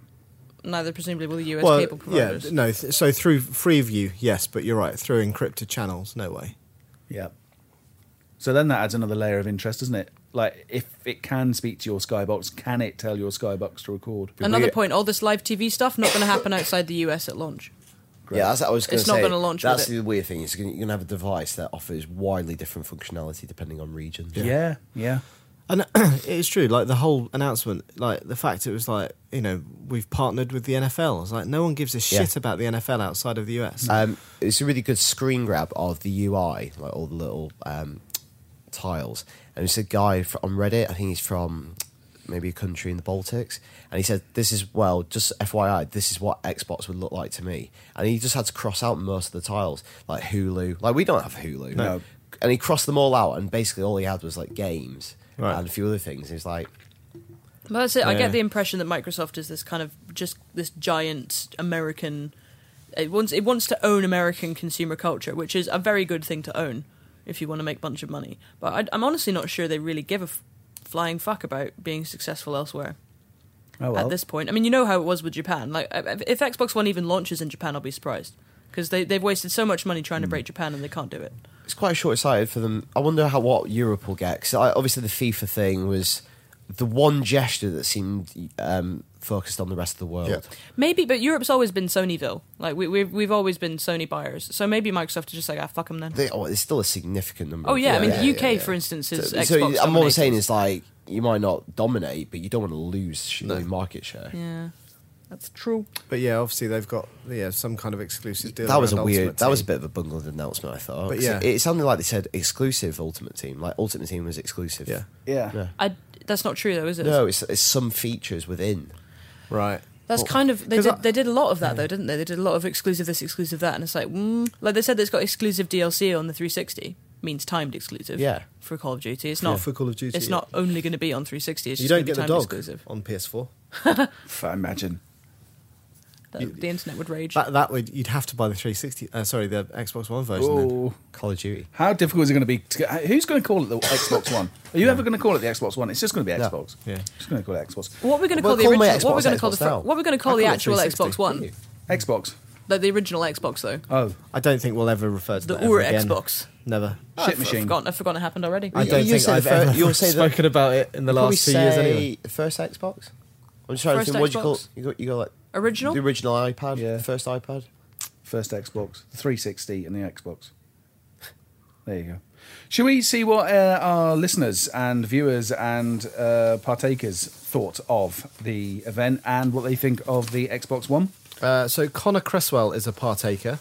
[SPEAKER 3] neither presumably will the US
[SPEAKER 1] well,
[SPEAKER 3] cable providers.
[SPEAKER 1] Yeah, no. Th- so through Freeview, yes, but you're right. Through encrypted channels, no way.
[SPEAKER 2] Yeah. So then that adds another layer of interest, doesn't it? Like, if it can speak to your Skybox, can it tell your Skybox to record?
[SPEAKER 3] Another point: all this live TV stuff not going to happen outside the US at launch.
[SPEAKER 4] Yeah, that's what I was going
[SPEAKER 3] It's not
[SPEAKER 4] say.
[SPEAKER 3] gonna launch with
[SPEAKER 4] That's
[SPEAKER 3] it.
[SPEAKER 4] the weird thing. Is you're going to have a device that offers widely different functionality depending on region.
[SPEAKER 2] Yeah, yeah.
[SPEAKER 1] And it is true. Like the whole announcement, like the fact it was like you know we've partnered with the NFL. It's like no one gives a
[SPEAKER 4] Yeah.
[SPEAKER 1] shit about the NFL outside of the US.
[SPEAKER 4] Um, it's a really good screen grab of the UI, like all the little um, tiles. And it's a guy fr- on Reddit, I think he's from maybe a country in the Baltics. And he said, This is, well, just FYI, this is what Xbox would look like to me. And he just had to cross out most of the tiles, like Hulu. Like, we don't have Hulu.
[SPEAKER 2] No.
[SPEAKER 4] And he crossed them all out, and basically all he had was like games
[SPEAKER 1] Right.
[SPEAKER 4] and a few other things. He was like,
[SPEAKER 3] But that's it. I
[SPEAKER 1] Yeah.
[SPEAKER 3] get the impression that Microsoft is this kind of just this giant American. It wants it wants to own American consumer culture, which is a very good thing to own if you want to make a bunch of money. But I, I'm honestly not sure they really give a f- flying fuck about being successful elsewhere.
[SPEAKER 2] Oh, well.
[SPEAKER 3] at this point. I mean, you know how it was with Japan. Like, if if Xbox One even launches in Japan, I'll be surprised because they they've wasted so much money trying to break Japan and they can't do it.
[SPEAKER 4] it's quite short sighted for them. I wonder how what Europe will get because obviously the FIFA thing was the one gesture that seemed um, focused on the rest of the world.
[SPEAKER 1] Yeah.
[SPEAKER 3] Maybe, but Europe's always been Sonyville. Like, we, we've we've always been Sony buyers. So maybe Microsoft is just like, ah, fuck them then.
[SPEAKER 4] They, oh, it's still a significant number.
[SPEAKER 3] oh
[SPEAKER 4] of-
[SPEAKER 3] yeah, I mean,
[SPEAKER 4] yeah,
[SPEAKER 3] the UK,
[SPEAKER 4] yeah, yeah.
[SPEAKER 3] for instance, is
[SPEAKER 4] So,
[SPEAKER 3] Xbox.
[SPEAKER 4] so I'm always
[SPEAKER 3] dominated.
[SPEAKER 4] saying is like you might not dominate, but you don't want to lose sh- market share.
[SPEAKER 3] yeah, that's true.
[SPEAKER 1] but yeah, obviously they've got yeah some kind of exclusive deal.
[SPEAKER 4] That was
[SPEAKER 1] around
[SPEAKER 4] a weird.
[SPEAKER 1] Ultimate
[SPEAKER 4] That was a
[SPEAKER 1] Team.
[SPEAKER 4] bit of a bungled announcement, I thought.
[SPEAKER 1] But
[SPEAKER 4] 'Cause
[SPEAKER 1] yeah.
[SPEAKER 4] it, it sounded like they said exclusive Ultimate Team. Like Ultimate Team was exclusive.
[SPEAKER 1] Yeah.
[SPEAKER 2] yeah.
[SPEAKER 3] I, that's not true though, is it?
[SPEAKER 4] No, it's, it's some features within.
[SPEAKER 1] right.
[SPEAKER 3] That's kind of they
[SPEAKER 1] 'cause
[SPEAKER 3] did.
[SPEAKER 1] I-
[SPEAKER 3] they did a lot of that though, didn't they? They did a lot of exclusive this, exclusive that, and it's like, mm, like they said, that it's got exclusive DLC on the 360. means timed exclusive.
[SPEAKER 4] Yeah.
[SPEAKER 3] For Call of Duty, it's not
[SPEAKER 1] For Call of Duty,
[SPEAKER 3] It's
[SPEAKER 1] yeah.
[SPEAKER 3] not only going to be on 360. It's
[SPEAKER 1] You
[SPEAKER 3] just
[SPEAKER 1] don't
[SPEAKER 3] gonna
[SPEAKER 1] get
[SPEAKER 3] be
[SPEAKER 1] the
[SPEAKER 3] timed
[SPEAKER 1] dog
[SPEAKER 3] exclusive.
[SPEAKER 1] on PS4.
[SPEAKER 2] I imagine.
[SPEAKER 3] The, the internet would rage.
[SPEAKER 1] That that would you'd have to buy the 360. Uh, sorry, the Xbox One version. Then.
[SPEAKER 2] Oh,
[SPEAKER 4] Call of Duty.
[SPEAKER 2] how difficult is it going to be? To get, who's going to call it the Xbox One? Are you ever going to call it the Xbox One? It's just going to be
[SPEAKER 4] No.
[SPEAKER 2] Xbox.
[SPEAKER 1] Yeah.
[SPEAKER 2] Just going to call it Xbox.
[SPEAKER 3] what we're going to call
[SPEAKER 4] Well,
[SPEAKER 3] the
[SPEAKER 4] call
[SPEAKER 3] original?
[SPEAKER 4] my
[SPEAKER 3] what we're
[SPEAKER 4] Xbox
[SPEAKER 3] going to call
[SPEAKER 4] Xbox
[SPEAKER 3] the
[SPEAKER 4] now.
[SPEAKER 3] fir- what we're going to
[SPEAKER 4] I
[SPEAKER 3] call the
[SPEAKER 4] call it
[SPEAKER 3] actual
[SPEAKER 4] 360,
[SPEAKER 3] Xbox One,
[SPEAKER 2] Xbox.
[SPEAKER 3] like the original Xbox though.
[SPEAKER 2] Oh,
[SPEAKER 1] I don't think we'll ever refer to
[SPEAKER 3] The
[SPEAKER 1] that ever
[SPEAKER 3] Ur
[SPEAKER 1] again.
[SPEAKER 3] Xbox.
[SPEAKER 1] Never.
[SPEAKER 3] Oh,
[SPEAKER 2] Shit
[SPEAKER 3] I've,
[SPEAKER 2] machine.
[SPEAKER 3] I've forgotten, I've forgotten it happened already.
[SPEAKER 1] I
[SPEAKER 4] You-
[SPEAKER 1] don't
[SPEAKER 4] you
[SPEAKER 1] think
[SPEAKER 4] say
[SPEAKER 1] I've
[SPEAKER 4] the fir-
[SPEAKER 1] ever
[SPEAKER 4] you'll say the-
[SPEAKER 1] spoken about it in the
[SPEAKER 4] Probably
[SPEAKER 1] last two years
[SPEAKER 4] say
[SPEAKER 1] anyway.
[SPEAKER 4] First Xbox. I'm just trying
[SPEAKER 3] First
[SPEAKER 4] to think. What do you call
[SPEAKER 3] Xbox?
[SPEAKER 4] you got? You got like
[SPEAKER 3] Original?
[SPEAKER 4] the original iPad,
[SPEAKER 2] Yeah.
[SPEAKER 4] the first iPad.
[SPEAKER 2] first Xbox, the 360, and the Xbox. There you go. Should we see what uh, our listeners and viewers and uh, partakers thought of the event and what they think of the Xbox One?
[SPEAKER 1] Uh, so Connor Cresswell is a partaker.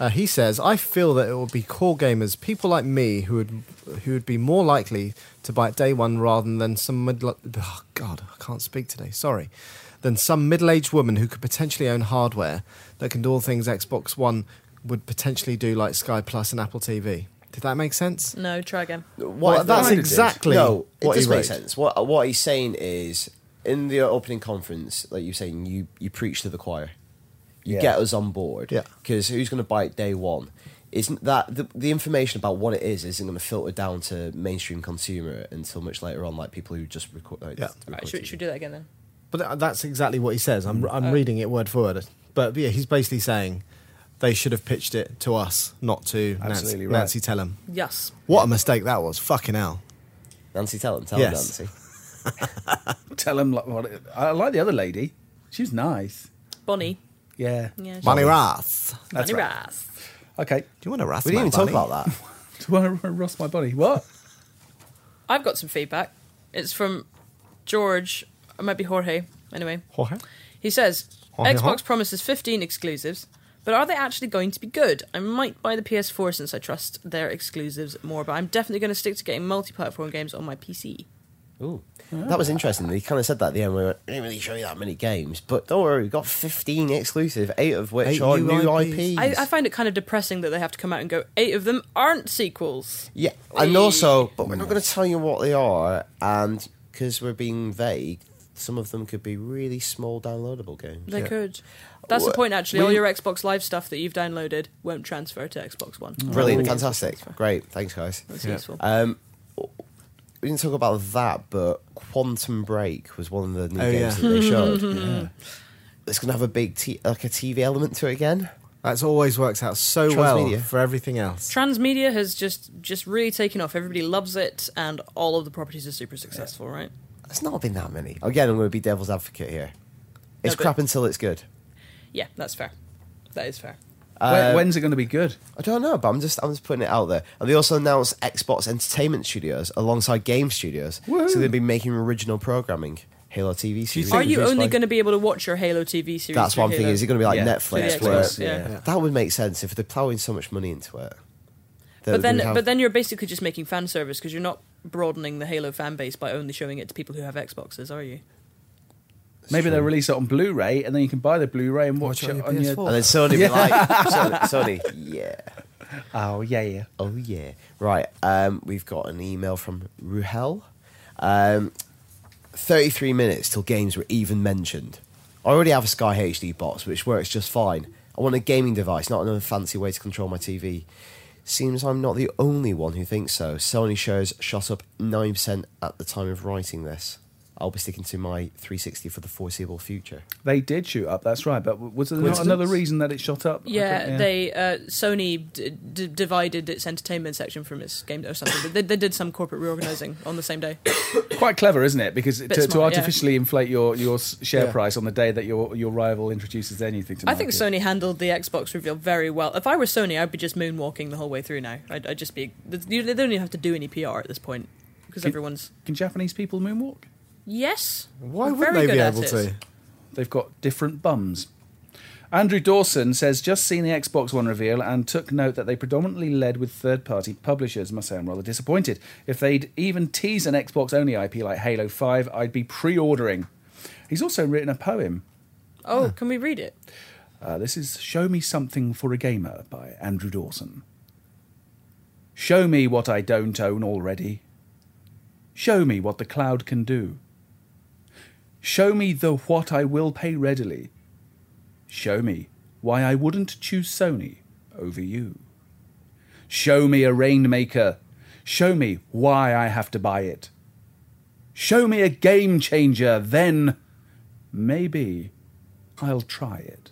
[SPEAKER 1] Uh, he says, "I feel that it will be core gamers, people like me, who would who would be more likely to buy it day one rather than some middle. Oh God, I can't speak today. Sorry." Than some middle-aged woman who could potentially own hardware that can do all things Xbox One would potentially do, like Sky Plus and Apple TV. Did that make sense?
[SPEAKER 3] No, try again.
[SPEAKER 1] Well,
[SPEAKER 4] I
[SPEAKER 1] that's
[SPEAKER 4] thought-
[SPEAKER 1] exactly
[SPEAKER 4] no. It
[SPEAKER 1] what he
[SPEAKER 4] does make
[SPEAKER 1] wrote.
[SPEAKER 4] sense. What what he's saying is in the opening conference, like you're saying, you you preach to the choir. You
[SPEAKER 2] Yeah.
[SPEAKER 4] get us on board.
[SPEAKER 1] Yeah.
[SPEAKER 4] Because who's going to buy it day one? Isn't that the, the information about what it is? Isn't going to filter down to mainstream consumer until much later on, like people who just record. Like,
[SPEAKER 1] Yeah.
[SPEAKER 4] record
[SPEAKER 3] Right, should,
[SPEAKER 4] TV.
[SPEAKER 3] should we do that again then?
[SPEAKER 1] But tha- that's exactly what he says. I'm, I'm
[SPEAKER 2] Uh,
[SPEAKER 1] reading it word for word. But yeah, he's basically saying they should have pitched it to us, not to Nancy,
[SPEAKER 2] Absolutely right.
[SPEAKER 1] Nancy Tellum.
[SPEAKER 3] Yes.
[SPEAKER 1] What a mistake that was. Fucking hell.
[SPEAKER 4] Nancy, tell them, tell
[SPEAKER 1] Yes.
[SPEAKER 4] them, Nancy.
[SPEAKER 2] Tell them like, what it, I like the other lady. She was nice.
[SPEAKER 3] Bonnie.
[SPEAKER 2] Yeah.
[SPEAKER 3] Yeah.
[SPEAKER 1] Bunny Wrath.
[SPEAKER 2] That's
[SPEAKER 3] Bonnie
[SPEAKER 2] right.
[SPEAKER 3] Ross.
[SPEAKER 2] Okay.
[SPEAKER 1] Do you want to wrath
[SPEAKER 4] We didn't even talk about that.
[SPEAKER 2] Do I ross my body? What?
[SPEAKER 3] I've got some feedback. It's from George. It might be Jorge. Anyway,
[SPEAKER 1] that.
[SPEAKER 3] he says
[SPEAKER 1] Jorge
[SPEAKER 3] Xbox
[SPEAKER 1] Hawk?
[SPEAKER 3] promises 15 exclusives, but are they actually going to be good? I might buy the PS4 since I trust their exclusives more, but I'm definitely going to stick to getting multi-platform games on my PC.
[SPEAKER 4] Ooh. That was interesting. He kind of said that at the end. We went, I didn't really show you that many games, but don't worry, we've got 15 exclusive, eight of which
[SPEAKER 1] Eight
[SPEAKER 4] are
[SPEAKER 1] new
[SPEAKER 4] new
[SPEAKER 1] IPs.
[SPEAKER 4] IPs.
[SPEAKER 3] I, I find it kind of depressing that they have to come out and go eight of them aren't sequels.
[SPEAKER 4] Yeah, and also, but we're not going to tell you what they are, and because we're being vague, some of them could be really small downloadable games.
[SPEAKER 3] They could. That's the
[SPEAKER 4] Wh-
[SPEAKER 3] point. Actually,
[SPEAKER 4] we-
[SPEAKER 3] all your Xbox Live stuff that you've downloaded won't transfer to Xbox One.
[SPEAKER 4] Brilliant,
[SPEAKER 1] oh,
[SPEAKER 4] fantastic, great, thanks guys.
[SPEAKER 3] That's
[SPEAKER 1] Yeah.
[SPEAKER 3] useful.
[SPEAKER 4] Um, we didn't talk about that, but Quantum Break was one of the new
[SPEAKER 1] Oh,
[SPEAKER 4] games
[SPEAKER 1] yeah.
[SPEAKER 4] that they showed. It's going to have a big t- like a TV element to it again.
[SPEAKER 1] That's always works out so well
[SPEAKER 4] Transmedia.
[SPEAKER 1] for everything else.
[SPEAKER 3] Transmedia has just just really taken off. Everybody loves it, and all of the properties are super successful, right?
[SPEAKER 4] There's not been that many. Again, I'm going to be devil's advocate here.
[SPEAKER 3] No,
[SPEAKER 4] It's
[SPEAKER 3] but-
[SPEAKER 4] crap until it's good.
[SPEAKER 3] Yeah, that's fair. That is fair.
[SPEAKER 2] When, when's it going to be good?
[SPEAKER 4] I don't know, but I'm just I'm just putting it out there. And they also announced Xbox Entertainment Studios alongside Game Studios, so they'll be making original programming, Halo TV series.
[SPEAKER 3] Are you only going to be able to watch your Halo TV series?
[SPEAKER 4] That's
[SPEAKER 3] through
[SPEAKER 4] what I'm thinking.
[SPEAKER 3] Halo?
[SPEAKER 4] Is it going to be like
[SPEAKER 2] Yeah,
[SPEAKER 4] Netflix?
[SPEAKER 3] through the
[SPEAKER 4] where-
[SPEAKER 3] Xbox, yeah.
[SPEAKER 2] Yeah.
[SPEAKER 4] That would make sense if they're plowing so much money into it. That
[SPEAKER 3] But
[SPEAKER 4] we
[SPEAKER 3] then,
[SPEAKER 4] have-
[SPEAKER 3] but then you're basically just making fan service because you're not broadening the Halo fan base by only showing it to people who have Xboxes, are you?
[SPEAKER 2] Maybe they'll release it on Blu-ray, and then you can buy the Blu-ray and watch,
[SPEAKER 1] Watch it
[SPEAKER 2] it
[SPEAKER 1] on
[SPEAKER 2] on
[SPEAKER 1] your
[SPEAKER 2] your.
[SPEAKER 1] PS4.
[SPEAKER 4] and then Sony be like, Sony, Sony, yeah,
[SPEAKER 2] Oh yeah, yeah.
[SPEAKER 4] oh yeah, right. Um, we've got an email from Ruhel. Um, 33 minutes till games were even mentioned. I already have a Sky HD box, which works just fine. I want a gaming device, not another fancy way to control my TV. Seems I'm not the only one who thinks so. Sony shares shot up 9% at the time of writing this. I'll be sticking to my 360 for the foreseeable future.
[SPEAKER 2] They did shoot up. That's right. But w- was there not another reason that it shot up? I
[SPEAKER 3] Yeah,
[SPEAKER 2] don't-
[SPEAKER 3] they uh, Sony d- d- divided its entertainment section from its game or something. they, they did some corporate reorganizing on the same day.
[SPEAKER 2] quite clever, isn't it? Because to, to
[SPEAKER 3] smart, yeah.
[SPEAKER 2] artificially inflate your your s- share
[SPEAKER 1] Yeah.
[SPEAKER 2] price on the day that your your rival introduces their new thing. To
[SPEAKER 3] I think
[SPEAKER 2] market.
[SPEAKER 3] Sony handled the Xbox reveal very well. If I were Sony, I'd be just moonwalking the whole way through now. I'd, I'd just be. You, they don't even have to do any PR at this point because
[SPEAKER 2] Can-
[SPEAKER 3] everyone's.
[SPEAKER 2] Can Japanese people moonwalk?
[SPEAKER 3] Yes.
[SPEAKER 1] Why
[SPEAKER 3] we're
[SPEAKER 1] wouldn't
[SPEAKER 3] very
[SPEAKER 1] they be
[SPEAKER 3] good at
[SPEAKER 1] able
[SPEAKER 3] it.
[SPEAKER 1] to?
[SPEAKER 2] They've got different bums. Andrew Dawson says, just seen the Xbox One reveal and took note that they predominantly led with third party publishers. Must say, I'm rather disappointed. If they'd even tease an Xbox only IP like Halo 5, I'd be pre ordering. He's also written a poem.
[SPEAKER 3] Oh, can we read it?
[SPEAKER 2] Uh, this is Show Me Something for a Gamer by Andrew Dawson. Show me what I don't own already. Show me what the cloud can do. Show me the what I will pay readily. Show me why I wouldn't choose Sony over you. Show me a rainmaker. Show me why I have to buy it. Show me a game changer, then maybe I'll try it.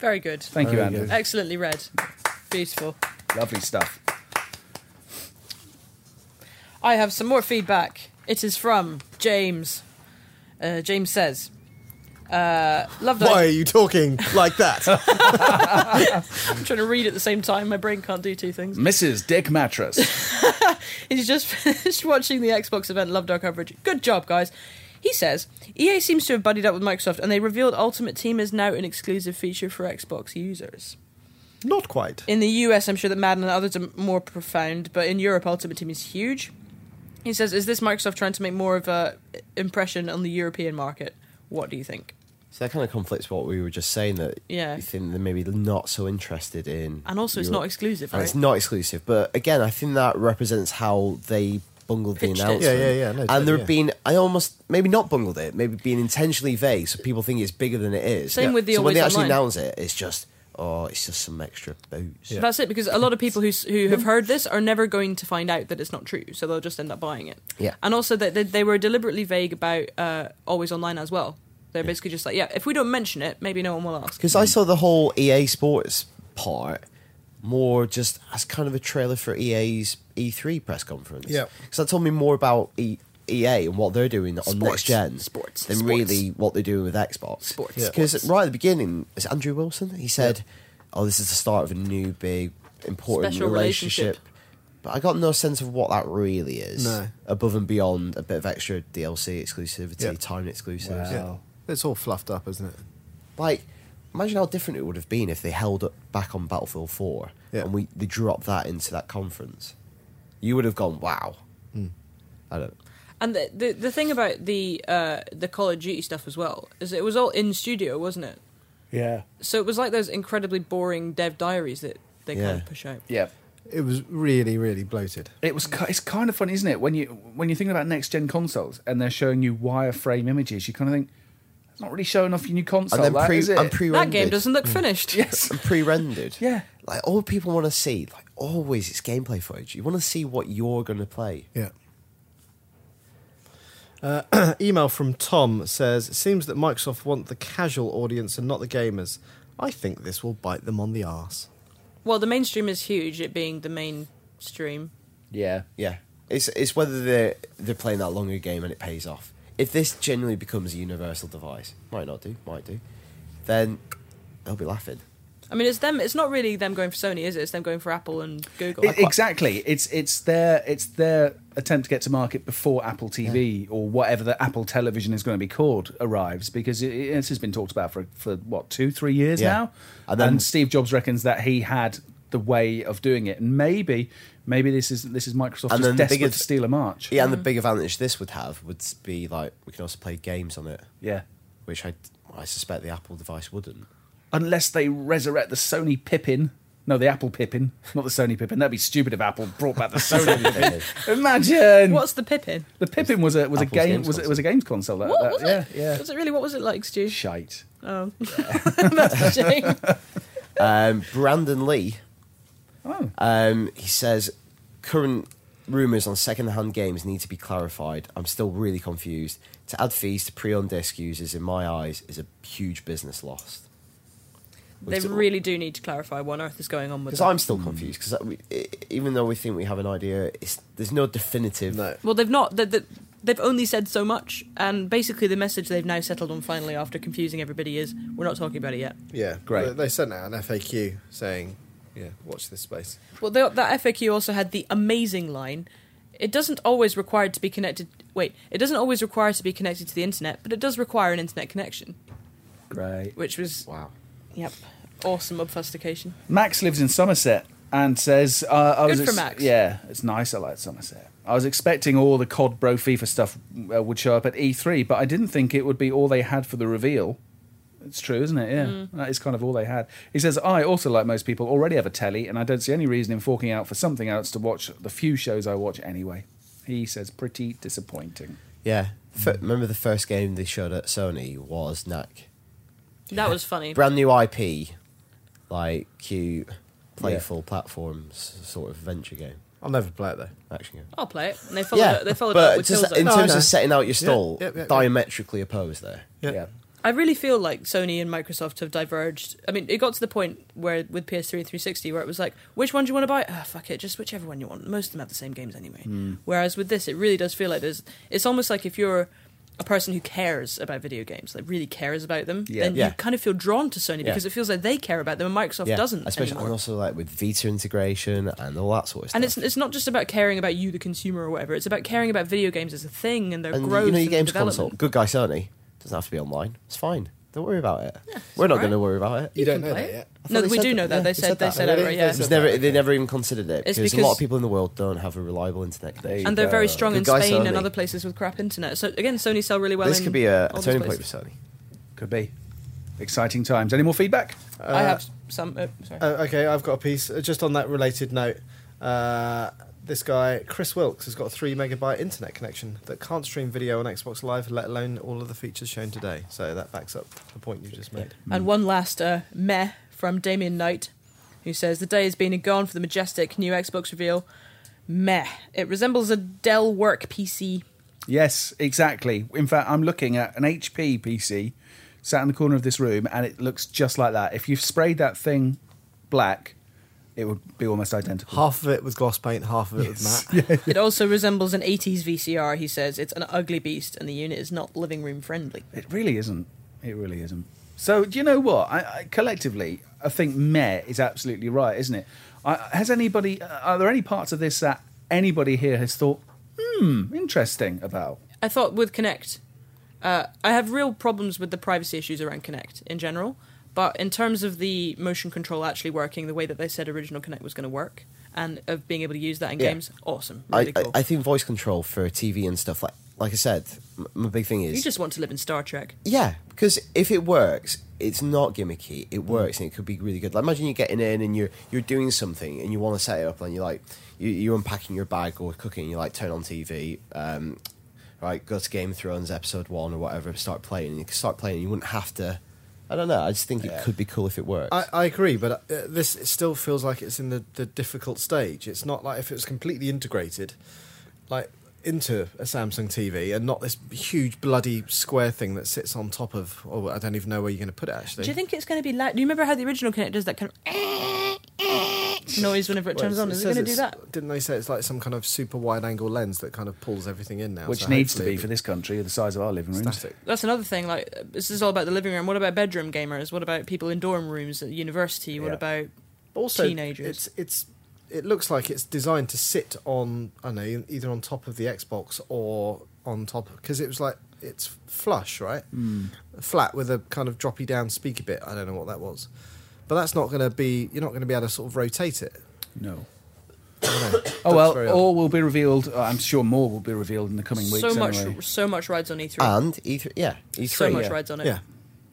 [SPEAKER 3] Very good.
[SPEAKER 2] Thank you,
[SPEAKER 5] Very
[SPEAKER 2] Andrew.
[SPEAKER 3] Excellently read. Beautiful.
[SPEAKER 2] Lovely stuff.
[SPEAKER 3] I have some more feedback. It is from James. Uh, James says, uh, "Love
[SPEAKER 5] Why are
[SPEAKER 3] that."
[SPEAKER 5] you talking like
[SPEAKER 4] Oh.
[SPEAKER 5] that?
[SPEAKER 3] I'm trying to read at the same time. My brain can't do two things.
[SPEAKER 2] Mrs. Dick Mattress.
[SPEAKER 3] He's just finished watching the Xbox event, loved our coverage. Good job, guys. He says EA seems to have buddied up with Microsoft, and they revealed Ultimate Team is now an exclusive feature for Xbox users.
[SPEAKER 5] Not quite.
[SPEAKER 3] In the US, I'm sure that Madden and others are more profound, but in Europe, Ultimate Team is huge. He says, "Is this Microsoft trying to make more of a impression on the European market? What do you think?"
[SPEAKER 4] So that kind of conflicts what we were just saying that
[SPEAKER 3] Yeah.
[SPEAKER 4] you think they're maybe not so interested in.
[SPEAKER 3] And also it's not exclusive,
[SPEAKER 4] And
[SPEAKER 3] right?
[SPEAKER 4] it's not exclusive, but again, I think that represents how they bungled
[SPEAKER 3] Pitched it.
[SPEAKER 4] the
[SPEAKER 3] Yeah,
[SPEAKER 4] announcement.
[SPEAKER 5] yeah, yeah, no,
[SPEAKER 4] and there
[SPEAKER 5] yeah.
[SPEAKER 4] have been, I almost maybe not bungled it, maybe been intentionally vague, so people think it's bigger than it is.
[SPEAKER 3] Same with the
[SPEAKER 4] so when they
[SPEAKER 3] Always
[SPEAKER 4] actually
[SPEAKER 3] Online.
[SPEAKER 4] announce it, it's just oh, it's just some extra boost.
[SPEAKER 3] That's it because a lot of people who s- who have heard this are never going to find out that it's not true, so they'll just end up buying it.
[SPEAKER 4] Yeah.
[SPEAKER 3] and also that they, they were deliberately vague about uh, always online as well. They're basically just like, yeah, if we don't mention it, maybe no one will ask.
[SPEAKER 4] Because I
[SPEAKER 5] Mm.
[SPEAKER 4] saw the whole EA Sports part more just as kind of a trailer for E EA's E3 press conference.
[SPEAKER 5] Yeah.
[SPEAKER 4] Because that told me more about e- EA and what they're doing on
[SPEAKER 3] Sports.
[SPEAKER 4] next gen.
[SPEAKER 3] Sports.
[SPEAKER 4] Than
[SPEAKER 3] Sports.
[SPEAKER 4] really what they're doing with Xbox.
[SPEAKER 3] Sports. Yeah.
[SPEAKER 4] Because right at the beginning, it's Andrew Wilson. He said, "Oh, this is the start of a new big important
[SPEAKER 3] Special
[SPEAKER 4] relationship."
[SPEAKER 3] relationship.
[SPEAKER 4] But I got no sense of what that really is.
[SPEAKER 5] No.
[SPEAKER 4] Above and beyond a bit of extra DLC exclusivity,
[SPEAKER 5] Yeah.
[SPEAKER 4] time exclusives.
[SPEAKER 5] Yeah. It's all fluffed up, isn't it?
[SPEAKER 4] Like, imagine how different it would have been if they held up back on Battlefield 4
[SPEAKER 5] Yeah.
[SPEAKER 4] and we they dropped that into that conference. You would have gone, wow. I don't.
[SPEAKER 3] And the the, the thing about the uh, the Call of Duty stuff as well is it was all in studio, wasn't it?
[SPEAKER 2] Yeah.
[SPEAKER 3] So it was like those incredibly boring dev diaries that they kind
[SPEAKER 4] Yeah.
[SPEAKER 3] of push out.
[SPEAKER 2] Yeah.
[SPEAKER 5] It was really, really bloated.
[SPEAKER 2] It was. ki- It's kind of funny, isn't it? When you when you're thinking about next gen consoles and they're showing you wireframe images, you kind of think it's not really showing off your new console.
[SPEAKER 4] And then
[SPEAKER 2] that,
[SPEAKER 4] pre
[SPEAKER 2] is it?
[SPEAKER 4] and pre
[SPEAKER 3] That
[SPEAKER 4] rendered.
[SPEAKER 3] game doesn't look finished.
[SPEAKER 2] Yes.
[SPEAKER 4] and pre-rendered.
[SPEAKER 2] Yeah.
[SPEAKER 4] Like all people want to see, like always, it's gameplay footage. You want to see what you're going to play.
[SPEAKER 5] Yeah. Uh, email from Tom says, "It seems that Microsoft want the casual audience and not the gamers. I think this will bite them on the arse."
[SPEAKER 3] Well, the mainstream is huge. It being the mainstream.
[SPEAKER 2] Yeah.
[SPEAKER 4] Yeah, it's it's whether they're they're playing that longer game and it pays off. If this genuinely becomes a universal device, might not do, might do, then they'll be laughing.
[SPEAKER 3] I mean, it's them. It's not really them going for Sony, is it? It's them going for Apple and Google.
[SPEAKER 2] It- exactly. It's it's their it's their attempt to get to market before Apple TV or whatever the Apple Television is going to be called arrives because it, it- this has been talked about for for what two three years
[SPEAKER 4] Yeah.
[SPEAKER 2] now. And,
[SPEAKER 4] And then-
[SPEAKER 2] Steve Jobs reckons that he had the way of doing it, and maybe maybe this is this is Microsoft
[SPEAKER 4] And then
[SPEAKER 2] just
[SPEAKER 4] the
[SPEAKER 2] desperate
[SPEAKER 4] biggest-
[SPEAKER 2] to steal a march.
[SPEAKER 4] Yeah, and the big advantage this would have would be like we can also play games on it,
[SPEAKER 2] Yeah.
[SPEAKER 4] which I I suspect the Apple device wouldn't.
[SPEAKER 2] Unless they resurrect the Sony Pippin. No, the Apple Pippin, not the Sony Pippin. That'd be stupid if Apple brought back the Sony Pippin. Imagine
[SPEAKER 3] What's the Pippin?
[SPEAKER 2] the Pippin was a was
[SPEAKER 4] Apple's
[SPEAKER 2] a game
[SPEAKER 4] games
[SPEAKER 2] was it
[SPEAKER 4] console.
[SPEAKER 2] was a games console. That,
[SPEAKER 3] What
[SPEAKER 2] that-
[SPEAKER 3] was
[SPEAKER 2] yeah,
[SPEAKER 3] it?
[SPEAKER 2] yeah.
[SPEAKER 3] Was it really? What was it like, Stu?
[SPEAKER 2] Shite.
[SPEAKER 3] Oh, that's a shame.
[SPEAKER 4] Um, Brandon Lee,
[SPEAKER 2] Oh,
[SPEAKER 4] um, he says current rumors on second-hand games need to be clarified. I'm still really confused. To add fees to pre-owned disc users, in my eyes, is a huge business loss.
[SPEAKER 3] They really do need to clarify what on earth is going on with
[SPEAKER 4] Because
[SPEAKER 3] that.
[SPEAKER 4] I'm still confused. Because even though we think we have an idea, it's, there's no definitive.
[SPEAKER 5] No.
[SPEAKER 3] Well, they've not. They, they, they've only said so much, and basically the message they've now settled on finally after confusing everybody is we're not talking about it yet.
[SPEAKER 5] Yeah,
[SPEAKER 2] Great.
[SPEAKER 5] They, they sent out an FAQ saying, "Yeah, watch this space."
[SPEAKER 3] Well, the, that FAQ also had the amazing line. It doesn't always require to be connected. Wait, it doesn't always require to be connected to the internet, but it does require an internet connection,
[SPEAKER 2] great.
[SPEAKER 3] which was
[SPEAKER 4] Wow.
[SPEAKER 3] yep, awesome obfuscation.
[SPEAKER 2] Max lives in Somerset and says, uh, "I was
[SPEAKER 3] Good for Max.
[SPEAKER 2] Yeah, it's nice. I like Somerset. I was expecting all the COD E Bro FIFA stuff uh, would show up at E3, but I didn't think it would be all they had for the reveal. It's true, isn't it? Yeah.
[SPEAKER 3] Mm.
[SPEAKER 2] That is kind of all they had. He says, I also, like most people, already have a telly, and I don't see any reason in forking out for something else to watch the few shows I watch anyway. He says, pretty disappointing.
[SPEAKER 4] Yeah. F- remember the first game they showed at Sony was Knack.
[SPEAKER 3] That was funny.
[SPEAKER 4] Brand new IP, like cute, playful platforms sort of adventure game,
[SPEAKER 1] I'll never play it though.
[SPEAKER 4] action game.
[SPEAKER 3] I'll play it. And they followed it. They followed
[SPEAKER 4] but
[SPEAKER 3] it up with
[SPEAKER 4] just
[SPEAKER 3] Killzone.
[SPEAKER 4] in
[SPEAKER 1] Oh, No, I
[SPEAKER 4] terms
[SPEAKER 1] know.
[SPEAKER 4] of setting out your stall,
[SPEAKER 1] yeah, yeah, yeah.
[SPEAKER 4] diametrically opposed there.
[SPEAKER 1] Yeah.
[SPEAKER 3] I really feel like Sony and Microsoft have diverged. I mean, it got to the point where with PS3 and 360, where it was like, which one do you want to buy? Ah, fuck it, just whichever one you want. Most of them have the same games anyway.
[SPEAKER 4] Hmm.
[SPEAKER 3] Whereas with this, it really does feel like there's. It's almost like if you're a person who cares about video games, like really cares about them,
[SPEAKER 2] Yeah.
[SPEAKER 3] then
[SPEAKER 4] Yeah.
[SPEAKER 3] you kind of feel drawn to Sony because it feels like they care about them and Microsoft doesn't
[SPEAKER 4] Especially
[SPEAKER 3] anymore.
[SPEAKER 4] and also like with Vita integration and all that sort of stuff.
[SPEAKER 3] and it's it's not just about caring about you, the consumer, or whatever. It's about caring about video games as a thing and their
[SPEAKER 4] and
[SPEAKER 3] growth
[SPEAKER 4] you know your
[SPEAKER 3] and
[SPEAKER 4] games
[SPEAKER 3] development.
[SPEAKER 4] console. Good guy Sony doesn't have to be online. It's fine. Don't worry about it. We're not
[SPEAKER 3] alright.
[SPEAKER 4] going to worry about it.
[SPEAKER 5] You, don't
[SPEAKER 3] can
[SPEAKER 5] know
[SPEAKER 3] play
[SPEAKER 5] that
[SPEAKER 3] it.
[SPEAKER 5] yet.
[SPEAKER 4] I thought
[SPEAKER 3] No,
[SPEAKER 4] they
[SPEAKER 3] we
[SPEAKER 4] said
[SPEAKER 3] do
[SPEAKER 4] that.
[SPEAKER 3] know that.
[SPEAKER 4] Yeah,
[SPEAKER 3] they
[SPEAKER 4] they
[SPEAKER 3] said,
[SPEAKER 4] said
[SPEAKER 3] they
[SPEAKER 4] that.
[SPEAKER 3] said
[SPEAKER 5] Really?
[SPEAKER 3] outright,
[SPEAKER 5] They
[SPEAKER 3] yeah.
[SPEAKER 4] It was
[SPEAKER 5] said
[SPEAKER 4] never.
[SPEAKER 5] that,
[SPEAKER 4] They never even considered it
[SPEAKER 3] It's
[SPEAKER 4] because, a lot
[SPEAKER 3] because-
[SPEAKER 4] of people in the world don't have a reliable
[SPEAKER 2] There
[SPEAKER 4] internet
[SPEAKER 2] you
[SPEAKER 4] connection.
[SPEAKER 3] and they're very
[SPEAKER 2] go.
[SPEAKER 3] strong in
[SPEAKER 4] Good guy,
[SPEAKER 3] Spain and
[SPEAKER 4] Sony.
[SPEAKER 3] other places with crap internet. So again, Sony sell really well.
[SPEAKER 4] this
[SPEAKER 3] in
[SPEAKER 4] could be a,
[SPEAKER 3] all
[SPEAKER 4] a
[SPEAKER 3] these
[SPEAKER 4] turning point for
[SPEAKER 3] places.
[SPEAKER 4] Sony.
[SPEAKER 2] Could be. Exciting times. Any more feedback?
[SPEAKER 3] I have some. Uh, sorry.
[SPEAKER 1] Uh, okay, I've got a piece uh, just on that related note. Uh, this guy, Chris Wilkes, has got a three megabyte internet connection that can't stream video on Xbox Live, let alone all of the features shown today. So that backs up the point you just made.
[SPEAKER 3] and one last uh, meh from Damien Knight, who says the day has been and gone for the majestic new Xbox reveal. Meh. It resembles a Dell work PC.
[SPEAKER 2] Yes, exactly. In fact, I'm looking at an HP PC sat in the corner of this room, and it looks just like that. If you've sprayed that thing black, it would be almost identical.
[SPEAKER 5] Half of it with gloss paint, half of it with matte.
[SPEAKER 3] It also resembles an 80s VCR. He says it's an ugly beast, and the unit is not living room friendly.
[SPEAKER 2] It really isn't. It really isn't. So, do you know what? I, I, collectively, I think meh is absolutely right, isn't it? I, has anybody? Are there any parts of this that anybody here has thought, hmm, interesting about?
[SPEAKER 3] I thought with Connect, uh, I have real problems with the privacy issues around Connect in general. But in terms of the motion control actually working the way that they said original Connect was going to work, and of being able to use that in
[SPEAKER 4] Yeah.
[SPEAKER 3] games, awesome,
[SPEAKER 4] I,
[SPEAKER 3] really
[SPEAKER 4] I,
[SPEAKER 3] cool.
[SPEAKER 4] I think voice control for TV and stuff like like I said, m- my big thing
[SPEAKER 3] you
[SPEAKER 4] is
[SPEAKER 3] just want to live in Star Trek.
[SPEAKER 4] yeah because if it works, it's not gimmicky.
[SPEAKER 3] Mm.
[SPEAKER 4] It works and it could be really good. Like imagine you're getting in and you're you're doing something and you want to set it up and you're like you, you're unpacking your bag or cooking. and You like turn on TV. Um, Right, go to Game of Thrones episode one or whatever. Start playing. and You can start playing. And you wouldn't have to. I don't know. I just think it could be cool if it works.
[SPEAKER 5] I, I agree, but uh, this it still feels like it's in the, the difficult stage. It's not like if it was completely integrated, like into a Samsung TV, and not this huge bloody square thing that sits on top of. Oh, I don't even know where you're going to put it. Actually,
[SPEAKER 3] Do you think it's going to be loud? Do you remember how the original Connect does that kind of noise whenever it
[SPEAKER 5] Well,
[SPEAKER 3] turns on? Is it
[SPEAKER 5] says
[SPEAKER 3] going to do
[SPEAKER 5] it's-
[SPEAKER 3] that?
[SPEAKER 5] Didn't they say it's like some kind of super wide angle lens that kind of pulls everything in now?
[SPEAKER 2] Which
[SPEAKER 5] so
[SPEAKER 2] needs to
[SPEAKER 5] hopefully
[SPEAKER 2] be for this country, the size of our living rooms.
[SPEAKER 5] static.
[SPEAKER 3] That's another thing. Like uh, this is all about the living room. What about bedroom gamers? What about people in dorm rooms at university? What
[SPEAKER 2] Yeah.
[SPEAKER 3] about
[SPEAKER 5] Also,
[SPEAKER 3] teenagers?
[SPEAKER 5] It's it's it looks like it's designed to sit on I don't know either on top of the Xbox or on top because it was like it's flush right,
[SPEAKER 2] Hmm.
[SPEAKER 5] flat with a kind of droppy down speaker bit. I don't know what that was, but that's not going to be you're not going to be able to sort of rotate it.
[SPEAKER 2] No.
[SPEAKER 5] I don't know. That's
[SPEAKER 2] Oh well,
[SPEAKER 5] very odd.
[SPEAKER 2] all will be revealed. uh, I'm sure more will be revealed in the coming weeks.
[SPEAKER 3] so much,
[SPEAKER 2] anyway.
[SPEAKER 3] so much rides on E3.
[SPEAKER 4] and E3, yeah, E3,
[SPEAKER 3] so much
[SPEAKER 4] Ah, yeah.
[SPEAKER 3] rides on it.
[SPEAKER 5] yeah.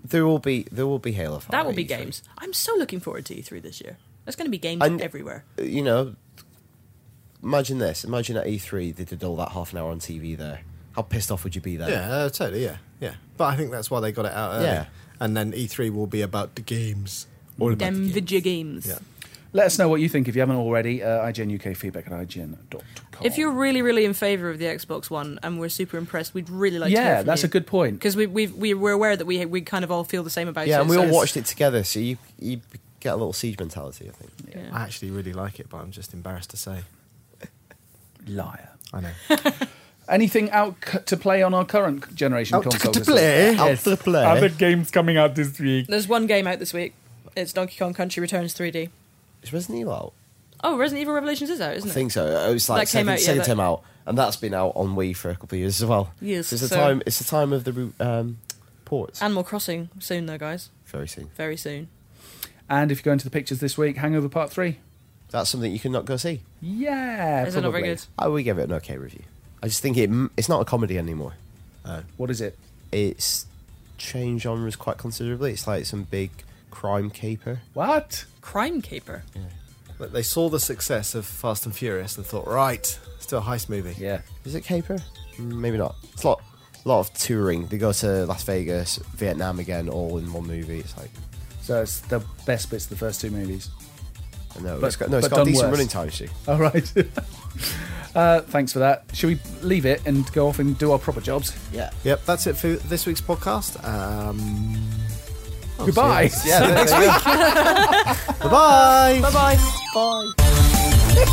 [SPEAKER 4] There will be there will be Halo. E Fire
[SPEAKER 3] That will
[SPEAKER 4] at
[SPEAKER 3] be
[SPEAKER 4] E3.
[SPEAKER 3] games. I'm so looking forward to E3 this year. There's going to be games
[SPEAKER 4] And-
[SPEAKER 3] everywhere.
[SPEAKER 4] you know, imagine this. Imagine at E3 they did all that half an hour on TV there. How pissed off would you be there?
[SPEAKER 5] Yeah, uh, totally. Yeah, yeah. But I think that's why they got it out early.
[SPEAKER 4] Yeah.
[SPEAKER 5] And then E3 will be about the games. All about
[SPEAKER 3] Them
[SPEAKER 5] the games.
[SPEAKER 3] video games.
[SPEAKER 5] Yeah.
[SPEAKER 2] Let us know what you think if you haven't already. Uh, IGN UK feedback at ign.com.
[SPEAKER 3] If you're really, really in favour of the Xbox One and we're super impressed, we'd really like to hear
[SPEAKER 2] yeah,
[SPEAKER 3] from
[SPEAKER 2] that's
[SPEAKER 3] you.
[SPEAKER 2] a good point.
[SPEAKER 3] Because we, we've, we were aware that we, we kind of all feel the same about
[SPEAKER 4] yeah,
[SPEAKER 3] it.
[SPEAKER 4] and we all
[SPEAKER 3] so-
[SPEAKER 4] watched it together, so you you get a little siege mentality. I think.
[SPEAKER 3] Yeah.
[SPEAKER 5] I actually really like it, but I'm just embarrassed to say.
[SPEAKER 2] liar.
[SPEAKER 5] I know.
[SPEAKER 2] Anything out c- to play on our current generation
[SPEAKER 5] Out
[SPEAKER 2] consoles?
[SPEAKER 5] to
[SPEAKER 2] this week?
[SPEAKER 5] play?
[SPEAKER 4] Out to play?
[SPEAKER 2] Other games coming out this week.
[SPEAKER 3] There's one game out this week. It's Donkey Kong Country Returns 3D.
[SPEAKER 4] Is Resident Evil out?
[SPEAKER 3] Oh, Resident Evil Revelations is out, isn't
[SPEAKER 4] I
[SPEAKER 3] it?
[SPEAKER 4] think so. It was like
[SPEAKER 3] That came
[SPEAKER 4] second,
[SPEAKER 3] out, yeah,
[SPEAKER 4] second
[SPEAKER 3] that-
[SPEAKER 4] time out, and that's been out on Wii for a couple of years as well.
[SPEAKER 3] Yes,
[SPEAKER 4] So it's the
[SPEAKER 3] so-
[SPEAKER 4] time. It's the time of the re- um, ports.
[SPEAKER 3] Animal Crossing soon, though, guys.
[SPEAKER 4] Very soon.
[SPEAKER 3] Very soon.
[SPEAKER 2] And if you go into the pictures this week, Hangover Part Three.
[SPEAKER 4] That's something you cannot go see.
[SPEAKER 2] Yeah,
[SPEAKER 3] Is
[SPEAKER 2] probably.
[SPEAKER 3] it not very good?
[SPEAKER 4] I would give it an okay review. I just think it. It's not a comedy anymore.
[SPEAKER 2] What is it?
[SPEAKER 4] It's change genres quite considerably. It's like some big crime caper.
[SPEAKER 2] What?
[SPEAKER 3] Crime Caper.
[SPEAKER 5] But they saw the success of Fast and Furious and thought, right, let's do a heist movie.
[SPEAKER 2] Yeah.
[SPEAKER 4] Is it caper? Mm, Maybe not. It's a lot, lot of touring. They go to Las Vegas, Vietnam again, all in one movie. It's like,
[SPEAKER 2] So it's the best bits of the first two movies.
[SPEAKER 4] no,
[SPEAKER 2] But-
[SPEAKER 4] it's got, no, it's
[SPEAKER 2] but
[SPEAKER 4] got
[SPEAKER 2] done
[SPEAKER 4] decent
[SPEAKER 2] worse.
[SPEAKER 4] running time. She.
[SPEAKER 2] All right. uh, thanks for that. Should we leave it and go off and do our proper jobs?
[SPEAKER 3] Yeah.
[SPEAKER 5] Yep, that's it for this week's podcast. Um, I'll
[SPEAKER 3] Oh,
[SPEAKER 2] Goodbye.
[SPEAKER 5] see you- Yeah, next week. Bye-bye. Bye-bye. Bye.